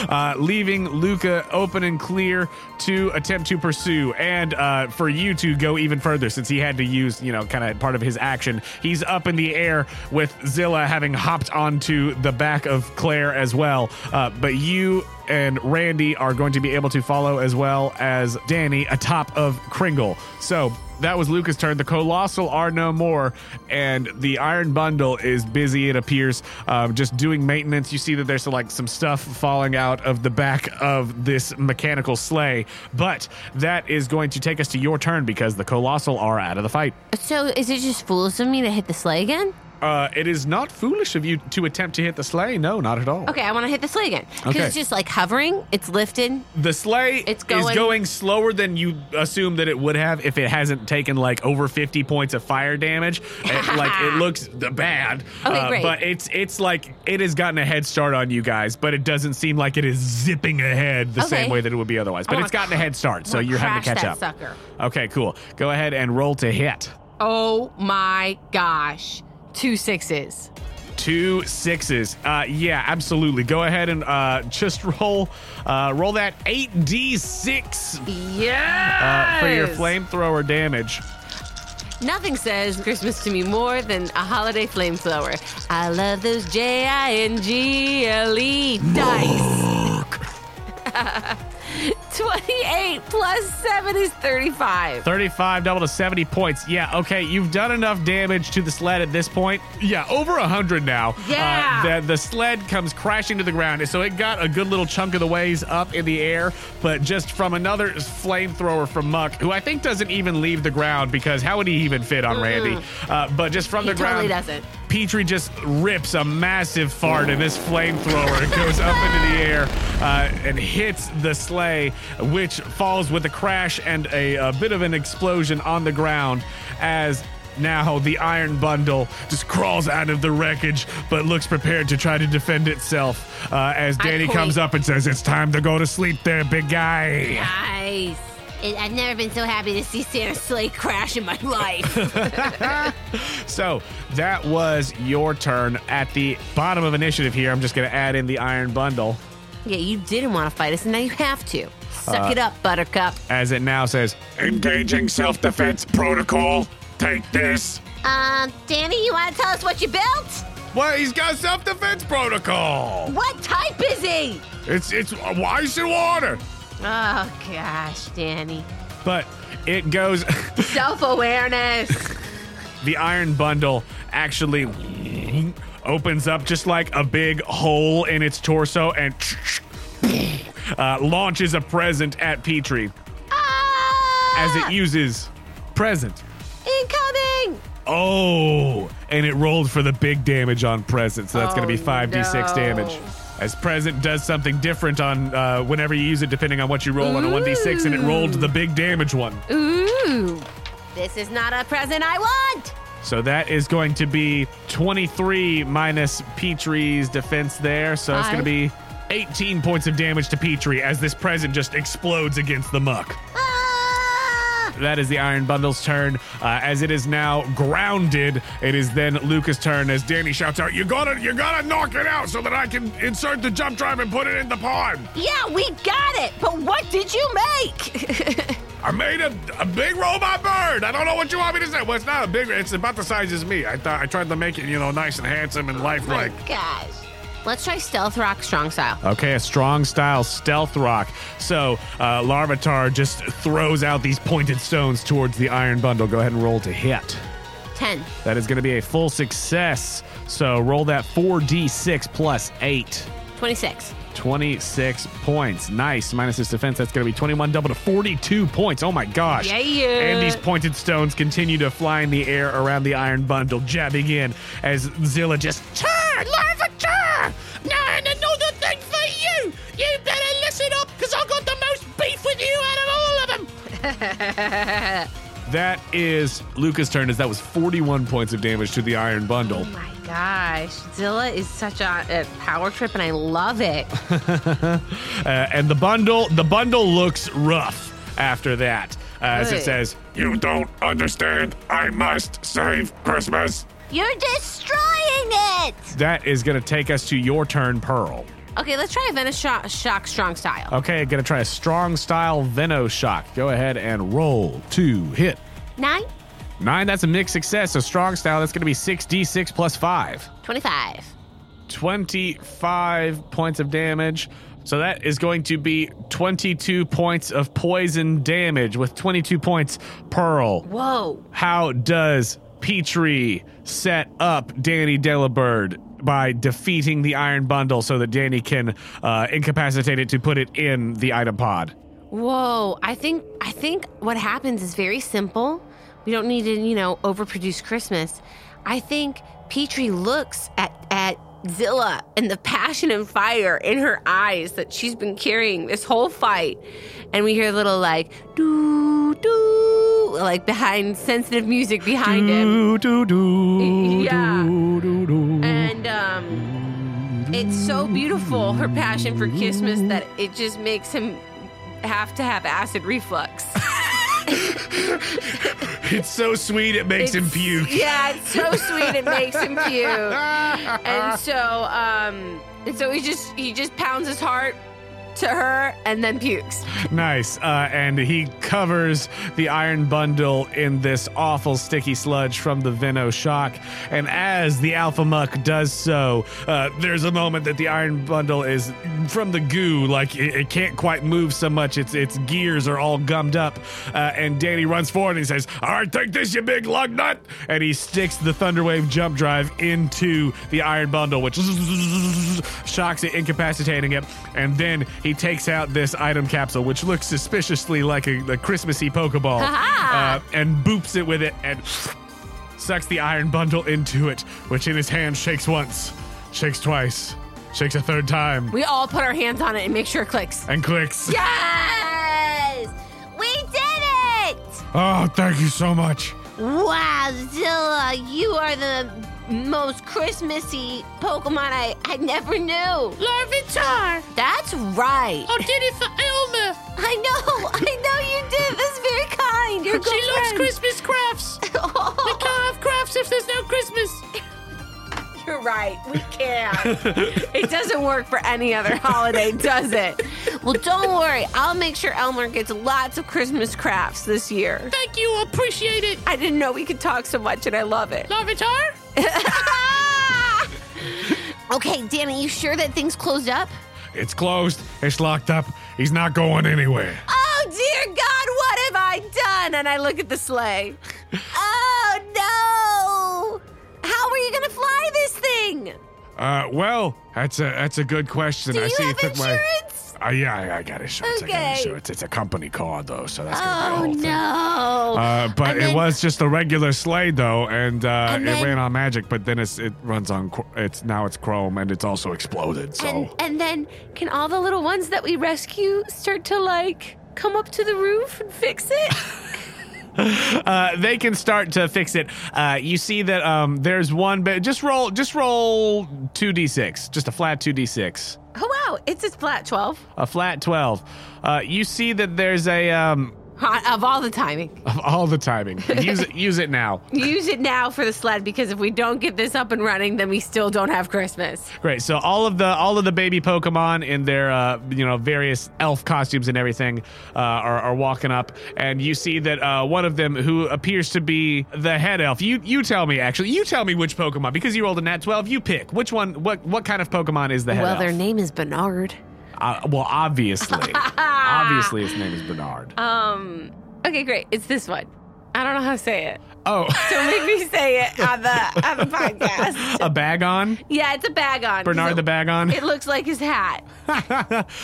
[SPEAKER 1] uh, leaving Luca open and clear to attempt to pursue, and uh, for you to go even further since he had to use, you know, kind of part of his action. He's up in the air with Zilla having hopped onto the back of Claire as well, uh, but you and Randy are going to be able to follow as well as Danny atop of Kringle. So. That was Luca's turn. The Colossal are no more, and the Iron Bundle is busy, it appears, um, just doing maintenance. You see that there's like some stuff falling out of the back of this mechanical sleigh, but that is going to take us to your turn because the Colossal are out of the fight.
[SPEAKER 2] [laughs] so, is it just foolish of me to hit the sleigh again?
[SPEAKER 1] Uh, it is not foolish of you to attempt to hit the sleigh. No, not at all.
[SPEAKER 6] Okay, I want to hit the sleigh again.
[SPEAKER 2] Because
[SPEAKER 1] Okay.
[SPEAKER 2] it's just like hovering, it's lifted. [laughs]
[SPEAKER 1] The sleigh
[SPEAKER 6] It's
[SPEAKER 1] is
[SPEAKER 6] going-
[SPEAKER 1] going slower than you assume that it would have if it hasn't taken like over 50 points of fire
[SPEAKER 6] [laughs]
[SPEAKER 1] damage. It, like it looks the bad. Uh,
[SPEAKER 6] Okay, great.
[SPEAKER 1] But it's it's like it has gotten a head start on you guys, but it doesn't seem like it is zipping ahead the
[SPEAKER 6] Okay. Oh,
[SPEAKER 1] same way that it would be otherwise. But
[SPEAKER 6] wanna
[SPEAKER 1] it's gotten a head start, so
[SPEAKER 6] wanna
[SPEAKER 1] you're having to
[SPEAKER 6] crash
[SPEAKER 1] catch
[SPEAKER 6] that
[SPEAKER 1] up.
[SPEAKER 6] sucker.
[SPEAKER 1] Okay, cool. Go ahead and roll to hit.
[SPEAKER 6] Oh my gosh, two sixes.
[SPEAKER 1] Two sixes. Uh, yeah, absolutely. Go ahead and uh, just [laughs] roll uh, roll that 8d6
[SPEAKER 6] Yeah.
[SPEAKER 1] uh, for your flamethrower damage.
[SPEAKER 6] Nothing says Christmas to me more than a holiday flamethrower.
[SPEAKER 2] I love those J I N G L E dice.
[SPEAKER 6] 28 plus 7 is 35.
[SPEAKER 1] 35 double to 70 points. Yeah, okay, you've done enough damage to the sled at this point. Yeah, over 100 now.
[SPEAKER 6] Yeah.
[SPEAKER 1] Uh, the, the sled comes crashing to the ground, so it got a good little chunk of the ways up in the air, but just from another flamethrower from Muck, who I think doesn't even leave the ground because how would he even fit on Randy? Uh, but just from
[SPEAKER 6] Mm. He
[SPEAKER 1] the
[SPEAKER 6] totally
[SPEAKER 1] ground.
[SPEAKER 6] doesn't.
[SPEAKER 1] Petrie just rips a massive fart, and this flamethrower goes up into the air uh, and hits the sleigh, which falls with a crash and a, a bit of an explosion on the ground as. Now the iron bundle just crawls out of the wreckage, but looks prepared to try to defend itself. Uh, as Danny
[SPEAKER 6] quit.
[SPEAKER 1] comes up and says, "It's time to go to sleep, there, big guy."
[SPEAKER 2] Nice. I- I've never been so happy to see Santa's sleigh crash in my [laughs] life.
[SPEAKER 1] So that was your turn at the bottom of initiative. Here, I'm just going to add in the iron bundle.
[SPEAKER 2] yeah, you didn't want to fight us, and now you have to. Suck it up, Buttercup.
[SPEAKER 1] as it now says,
[SPEAKER 7] Engaging self defense protocol. Take this.
[SPEAKER 2] Um, Danny, you want to tell us what you built?
[SPEAKER 1] "Well, he's got self-defense protocol.
[SPEAKER 2] What type is he?
[SPEAKER 1] It's it's why is it water?"
[SPEAKER 6] Oh, gosh,
[SPEAKER 2] [laughs]
[SPEAKER 6] Danny.
[SPEAKER 1] But it goes. [laughs]
[SPEAKER 6] Self awareness.
[SPEAKER 1] the iron bundle actually opens up just like a big hole in its torso and [laughs] uh, launches a present at Petrie
[SPEAKER 2] [laughs] Ah!
[SPEAKER 1] as it uses present.
[SPEAKER 2] Incoming!
[SPEAKER 1] Oh, and it rolled for the big damage on present, so that's going to be
[SPEAKER 6] Oh,
[SPEAKER 1] 5d6
[SPEAKER 6] no.
[SPEAKER 1] damage. As present does something different on uh, whenever you use it, depending on what you roll on a 1d6, and it rolled the big damage one.
[SPEAKER 2] Ooh. This is not a present I want.
[SPEAKER 1] So that is going to be 23 minus Petrie's defense there. So it's
[SPEAKER 6] Aye.
[SPEAKER 1] going to be 18 points of damage to Petrie as this present just explodes against the muck.
[SPEAKER 2] Ah!
[SPEAKER 1] That is the Iron Bundle's turn. Uh, as it is now grounded, it is then Luca's turn as Danny shouts out, "You gotta, you gotta knock it out so that I can insert the jump drive and put it in the pond."
[SPEAKER 2] Yeah, we got it. But what did you make? [laughs]
[SPEAKER 1] I made a, a big robot bird. I don't know what you want me to say. Well, it's not a big. It's about the size as me. I thought I tried to make it, you know, nice and handsome and lifelike.
[SPEAKER 2] Oh Gosh.
[SPEAKER 6] Let's try stealth rock strong style.
[SPEAKER 1] Okay, a strong style stealth rock. So uh, Larvitar just throws out these pointed stones towards the Iron Bundle. Go ahead and roll to hit.
[SPEAKER 6] 10.
[SPEAKER 1] That is going to be a full success. So roll that 4d6 plus 8.
[SPEAKER 6] 26.
[SPEAKER 1] 26 points. Nice. Minus his defense. That's going to be 21 double to 42 points. Oh my gosh.
[SPEAKER 6] Yeah.
[SPEAKER 1] And these pointed stones continue to fly in the air around the iron bundle, jabbing in as Zilla just
[SPEAKER 8] Turn, larva, turn! Now, and another thing for you! You better listen up, because I got the most beef with you out of all of them!
[SPEAKER 1] That is Luca's turn, as that was 41 points of damage to the Iron Bundle.
[SPEAKER 6] Oh My gosh, Zilla is such a, a power trip, and I love it.
[SPEAKER 1] Uh, and the bundle, the bundle looks rough after that, uh, as it
[SPEAKER 6] Good.
[SPEAKER 1] says,
[SPEAKER 7] You don't understand. I must save Christmas.
[SPEAKER 2] You're destroying it.
[SPEAKER 1] that is going to take us to your turn, Pearl.
[SPEAKER 6] Okay, let's try a Venice shock, shock strong style.
[SPEAKER 1] Okay, going to try a strong style Veno Shock. Go ahead and roll to hit.
[SPEAKER 2] Nine,
[SPEAKER 1] Nine, that's a mixed success. So strong style, that's going to be 6d6 plus 5.
[SPEAKER 2] 25.
[SPEAKER 1] 25 points of damage. So that is going to be 22 points of poison damage with 22 points Pearl.
[SPEAKER 6] Whoa.
[SPEAKER 1] How does Petrie set up Danny Delibird by defeating the Iron Bundle so that Danny can uh, incapacitate it to put it in the item pod?
[SPEAKER 6] Whoa. I think I think what happens is very simple. We don't need to, you know, overproduce Christmas. I think Petrie looks at at Zilla and the passion and fire in her eyes that she's been carrying this whole fight. And we hear a little like doo doo like behind sensitive music behind him.
[SPEAKER 1] Do, do, do,
[SPEAKER 6] Yeah.
[SPEAKER 1] do, do, do.
[SPEAKER 6] And um, it's so beautiful, her passion for Christmas, that it just makes him have to have acid reflux. [laughs]
[SPEAKER 1] It's so sweet, it makes him
[SPEAKER 6] It's-
[SPEAKER 1] puke.
[SPEAKER 6] Yeah, it's so sweet, it makes him puke. And so, um, and so he just he just pounds his heart to her and then pukes.
[SPEAKER 1] Nice. Uh, and he covers the iron bundle in this awful sticky sludge from the Veno shock. And as the Alpha Muck does so, uh, there's a moment that the iron bundle is from the goo, like it, it can't quite move so much. Its its gears are all gummed up. Uh, and Danny runs forward and he says, All right, take this, you big lug nut. And he sticks the Thunderwave jump drive into the iron bundle, which shocks it, incapacitating it. And then he takes out this item capsule, which looks suspiciously like a, a Christmassy Pokeball, uh, and boops it with it and sucks the iron bundle into it, which in his hand shakes once, shakes twice, shakes a third time,
[SPEAKER 6] We all put our hands on it and make sure it clicks.
[SPEAKER 1] and clicks.
[SPEAKER 2] Yes! We did it!
[SPEAKER 1] Oh, thank you so much.
[SPEAKER 2] Wow, Zilla, you are the most Christmassy Pokemon I, I never knew.
[SPEAKER 8] Larvitar!
[SPEAKER 2] That's right.
[SPEAKER 8] I Oh, did it for Elmer!
[SPEAKER 2] I know, I know you did. This is very kind. You're
[SPEAKER 8] She loves
[SPEAKER 6] [laughs]
[SPEAKER 8] Christmas crafts! We
[SPEAKER 2] Christmas.
[SPEAKER 8] can't have crafts if there's no Christmas!
[SPEAKER 6] You're right. We can't. it doesn't work for any other holiday, does it? Well, don't worry. I'll make sure Elmer gets lots of Christmas crafts this year.
[SPEAKER 8] Thank you, I appreciate it!
[SPEAKER 6] I didn't know we could talk so much, and I love it.
[SPEAKER 8] Larvitar?
[SPEAKER 6] [laughs] Oh,
[SPEAKER 2] okay, Danny, you sure that thing's closed up?
[SPEAKER 1] It's closed. It's locked up. He's not going anywhere.
[SPEAKER 6] Oh, dear God, what have I done? And I look at the sleigh.
[SPEAKER 2] Oh no! How are you gonna fly this thing?
[SPEAKER 1] Uh, well, that's a that's a good question.
[SPEAKER 2] Do
[SPEAKER 1] I
[SPEAKER 2] you
[SPEAKER 1] see you
[SPEAKER 2] have
[SPEAKER 1] took my.
[SPEAKER 2] insurance?
[SPEAKER 4] Uh, yeah, I- I got insurance. I got
[SPEAKER 2] Okay.
[SPEAKER 4] insurance. It's a company car, though, so that's gonna
[SPEAKER 2] Oh
[SPEAKER 4] be the whole thing.
[SPEAKER 2] no!
[SPEAKER 4] Uh, but
[SPEAKER 2] And
[SPEAKER 4] it
[SPEAKER 2] then-
[SPEAKER 4] was just a regular Slade though, and, uh,
[SPEAKER 2] And
[SPEAKER 4] it
[SPEAKER 2] then-
[SPEAKER 4] ran on magic. But then it's, it runs on chr- it's now it's chrome, and it's also exploded. So
[SPEAKER 6] And and then can all the little ones that we rescue start to like come up to the roof and fix it?
[SPEAKER 1] Uh, they can start to fix it. Uh, you see that um, there's one, but just roll, just roll two d six, just a flat two d six,
[SPEAKER 6] oh wow, it's just flat twelve.
[SPEAKER 1] a flat twelve. Uh, you see that there's a um,
[SPEAKER 6] Hot of all the timing.
[SPEAKER 1] of all the timing. Use it, use it now.
[SPEAKER 6] Use it now for the sled because if we don't get this up and running, then we still don't have Christmas.
[SPEAKER 1] Great. So all of the all of the baby Pokemon in their uh, you know various elf costumes and everything uh, are, are walking up, and you see that uh, one of them who appears to be the head elf. You you tell me actually. You tell me which Pokemon because you rolled a nat twelve. You pick which one. What what kind of Pokemon is the head
[SPEAKER 6] well,
[SPEAKER 1] elf?
[SPEAKER 6] their name is Bernard.
[SPEAKER 1] Uh, well, obviously,
[SPEAKER 6] [laughs]
[SPEAKER 1] obviously his name is Bernard.
[SPEAKER 6] Um. Okay, great. It's this one. I don't know how to
[SPEAKER 2] [laughs]
[SPEAKER 6] say it.
[SPEAKER 1] oh,
[SPEAKER 6] So make me say it on the on the podcast.
[SPEAKER 1] [laughs] a bag on
[SPEAKER 6] [laughs] Yeah, it's a bag on.
[SPEAKER 1] Bernard the bag on.
[SPEAKER 6] It looks like his hat.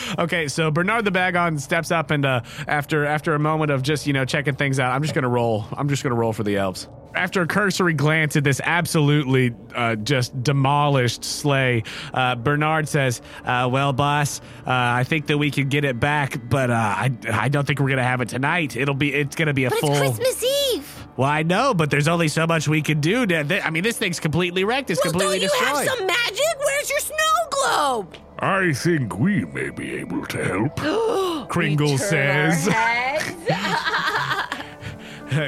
[SPEAKER 1] [laughs] okay, so Bernard the Bagon steps up and uh, after after a moment of just you know checking things out, I'm just gonna roll. I'm just gonna roll for the elves. After a cursory glance at this absolutely uh, just demolished sleigh, uh, Bernard says, uh, "Well, boss, uh, I think that we could get it back, but uh, I I don't think we're gonna have it tonight. It'll be it's gonna be a
[SPEAKER 2] but
[SPEAKER 1] full.
[SPEAKER 2] it's Christmas Eve.
[SPEAKER 1] Well, I know, but there's only so much we can do. To, th- I mean, this thing's completely wrecked. It's
[SPEAKER 2] Well,
[SPEAKER 1] completely
[SPEAKER 2] don't you
[SPEAKER 1] destroyed.
[SPEAKER 2] have some magic? Where's your snow globe?
[SPEAKER 7] I think we may be able to help.
[SPEAKER 1] Kringle says.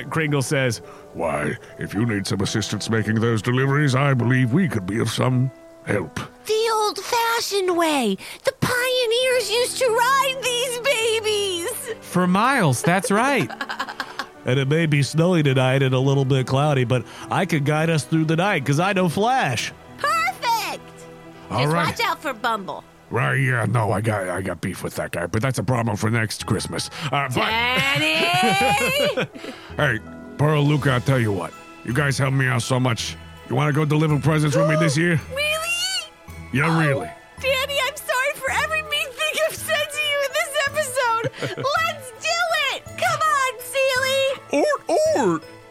[SPEAKER 1] [laughs] Kringle says.
[SPEAKER 7] Why, if you need some assistance making those deliveries, I believe we could be of some help.
[SPEAKER 2] The old-fashioned way. The pioneers used to ride these babies.
[SPEAKER 1] For miles, that's right. and it may be snowy tonight and a little bit cloudy, but I could guide us through the night because I know Flash.
[SPEAKER 2] Perfect.
[SPEAKER 7] All
[SPEAKER 2] Just
[SPEAKER 7] right.
[SPEAKER 2] watch out for Bumble.
[SPEAKER 7] Right, yeah, no, I got I got beef with that guy, but that's a problem for next Christmas. Uh,
[SPEAKER 2] [laughs]
[SPEAKER 7] but
[SPEAKER 6] Danny!
[SPEAKER 7] hey, Pearl Luca, I'll tell you what. You guys helped me out so much. You wanna go deliver presents with me this year?
[SPEAKER 6] really?
[SPEAKER 7] Yeah, really.
[SPEAKER 6] Danny, I'm sorry for every mean thing I've said to you in this
[SPEAKER 7] [laughs]
[SPEAKER 6] episode. Let's do it! Come on, Seely!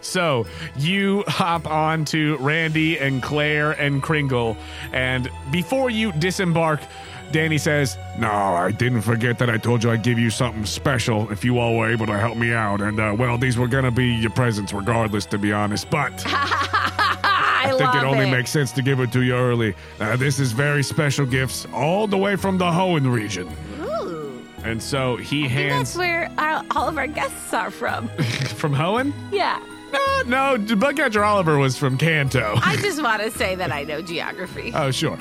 [SPEAKER 1] So you hop on to Randy and Claire and Kringle, and before you disembark, Danny says,
[SPEAKER 7] No, I didn't forget that I told you I'd give you something special if you all were able to help me out. And, uh, well, these were gonna be your presents regardless, to be honest. But
[SPEAKER 6] Ah, I,
[SPEAKER 7] I think
[SPEAKER 6] love
[SPEAKER 7] it only
[SPEAKER 6] it.
[SPEAKER 7] makes sense to give it to you early. Uh, this is very special gifts all the way from the Hoenn region.
[SPEAKER 6] Ooh.
[SPEAKER 1] and so he
[SPEAKER 6] I think
[SPEAKER 1] hands
[SPEAKER 6] that's where our, all of our guests are
[SPEAKER 7] [laughs]
[SPEAKER 6] from.
[SPEAKER 1] [laughs] from Hoenn.
[SPEAKER 6] yeah.
[SPEAKER 1] No, no, Bugcatcher Oliver was from
[SPEAKER 6] [laughs]
[SPEAKER 1] Kanto.
[SPEAKER 6] I just want to say that I know geography.
[SPEAKER 1] oh, sure,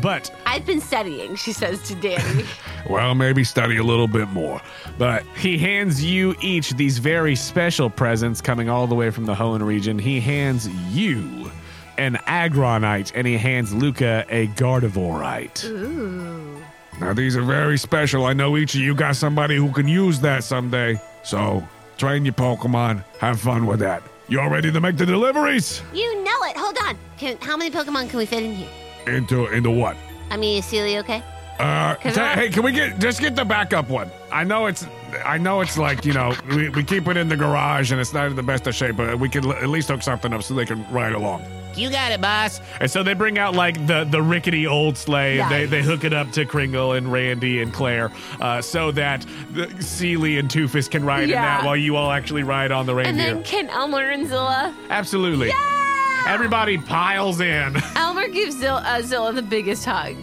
[SPEAKER 1] but
[SPEAKER 6] I've been studying, she says to
[SPEAKER 7] [laughs]
[SPEAKER 6] Danny.
[SPEAKER 7] Well, maybe study a little bit more.
[SPEAKER 1] But he hands you each these very special presents coming all the way from the Hoenn region. He hands you an Agronite, and he hands Luca a Gardevoirite.
[SPEAKER 7] Now, these are very special. I know each of you got somebody who can use that someday. So, train your Pokemon. Have fun with that. You all ready to make the deliveries?
[SPEAKER 2] You know it. Hold on. Can, how many Pokemon can we fit in here?
[SPEAKER 7] Into into what?
[SPEAKER 2] I mean, is Celia okay?
[SPEAKER 7] Uh, t-
[SPEAKER 6] I-
[SPEAKER 7] hey, can we get just get the backup one? I know it's, I know it's like you know we, we keep it in the garage and it's not in the best of shape, but we can l- at least hook something up so they can ride along.
[SPEAKER 8] You got it, boss.
[SPEAKER 1] And so they bring out like the, the rickety old sleigh. and They, they hook it up to Kringle and Randy and Claire uh, so that the, Seely and Toofus can ride in that
[SPEAKER 6] Yeah.
[SPEAKER 1] while you all actually ride on the
[SPEAKER 6] and
[SPEAKER 1] reindeer.
[SPEAKER 6] then Ken Elmer and Zilla.
[SPEAKER 1] Absolutely. Everybody piles in. [laughs]
[SPEAKER 6] Elmer gives Zilla, uh, Zilla the biggest hug.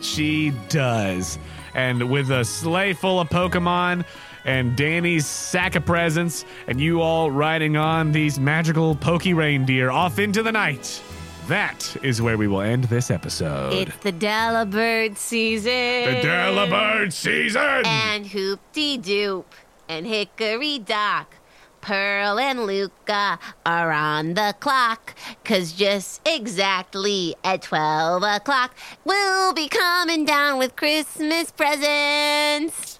[SPEAKER 1] She does. And with a sleigh full of Pokemon and Danny's sack of presents, and you all riding on these magical pokey reindeer off into the night. That is where we will end this episode.
[SPEAKER 2] It's the Delibird season.
[SPEAKER 7] The Delibird season.
[SPEAKER 2] And Hoop Dee Doop and Hickory Dock. Pearl and Luca are on the clock. Cause just exactly at 12 o'clock, we'll be coming down with Christmas presents.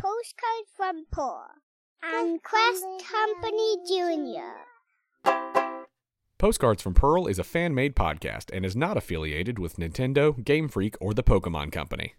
[SPEAKER 3] postcode from Paul and Quest Company Junior.
[SPEAKER 9] Postcards from Pearl is a fan made podcast and is not affiliated with Nintendo, Game Freak, or the Pokemon Company.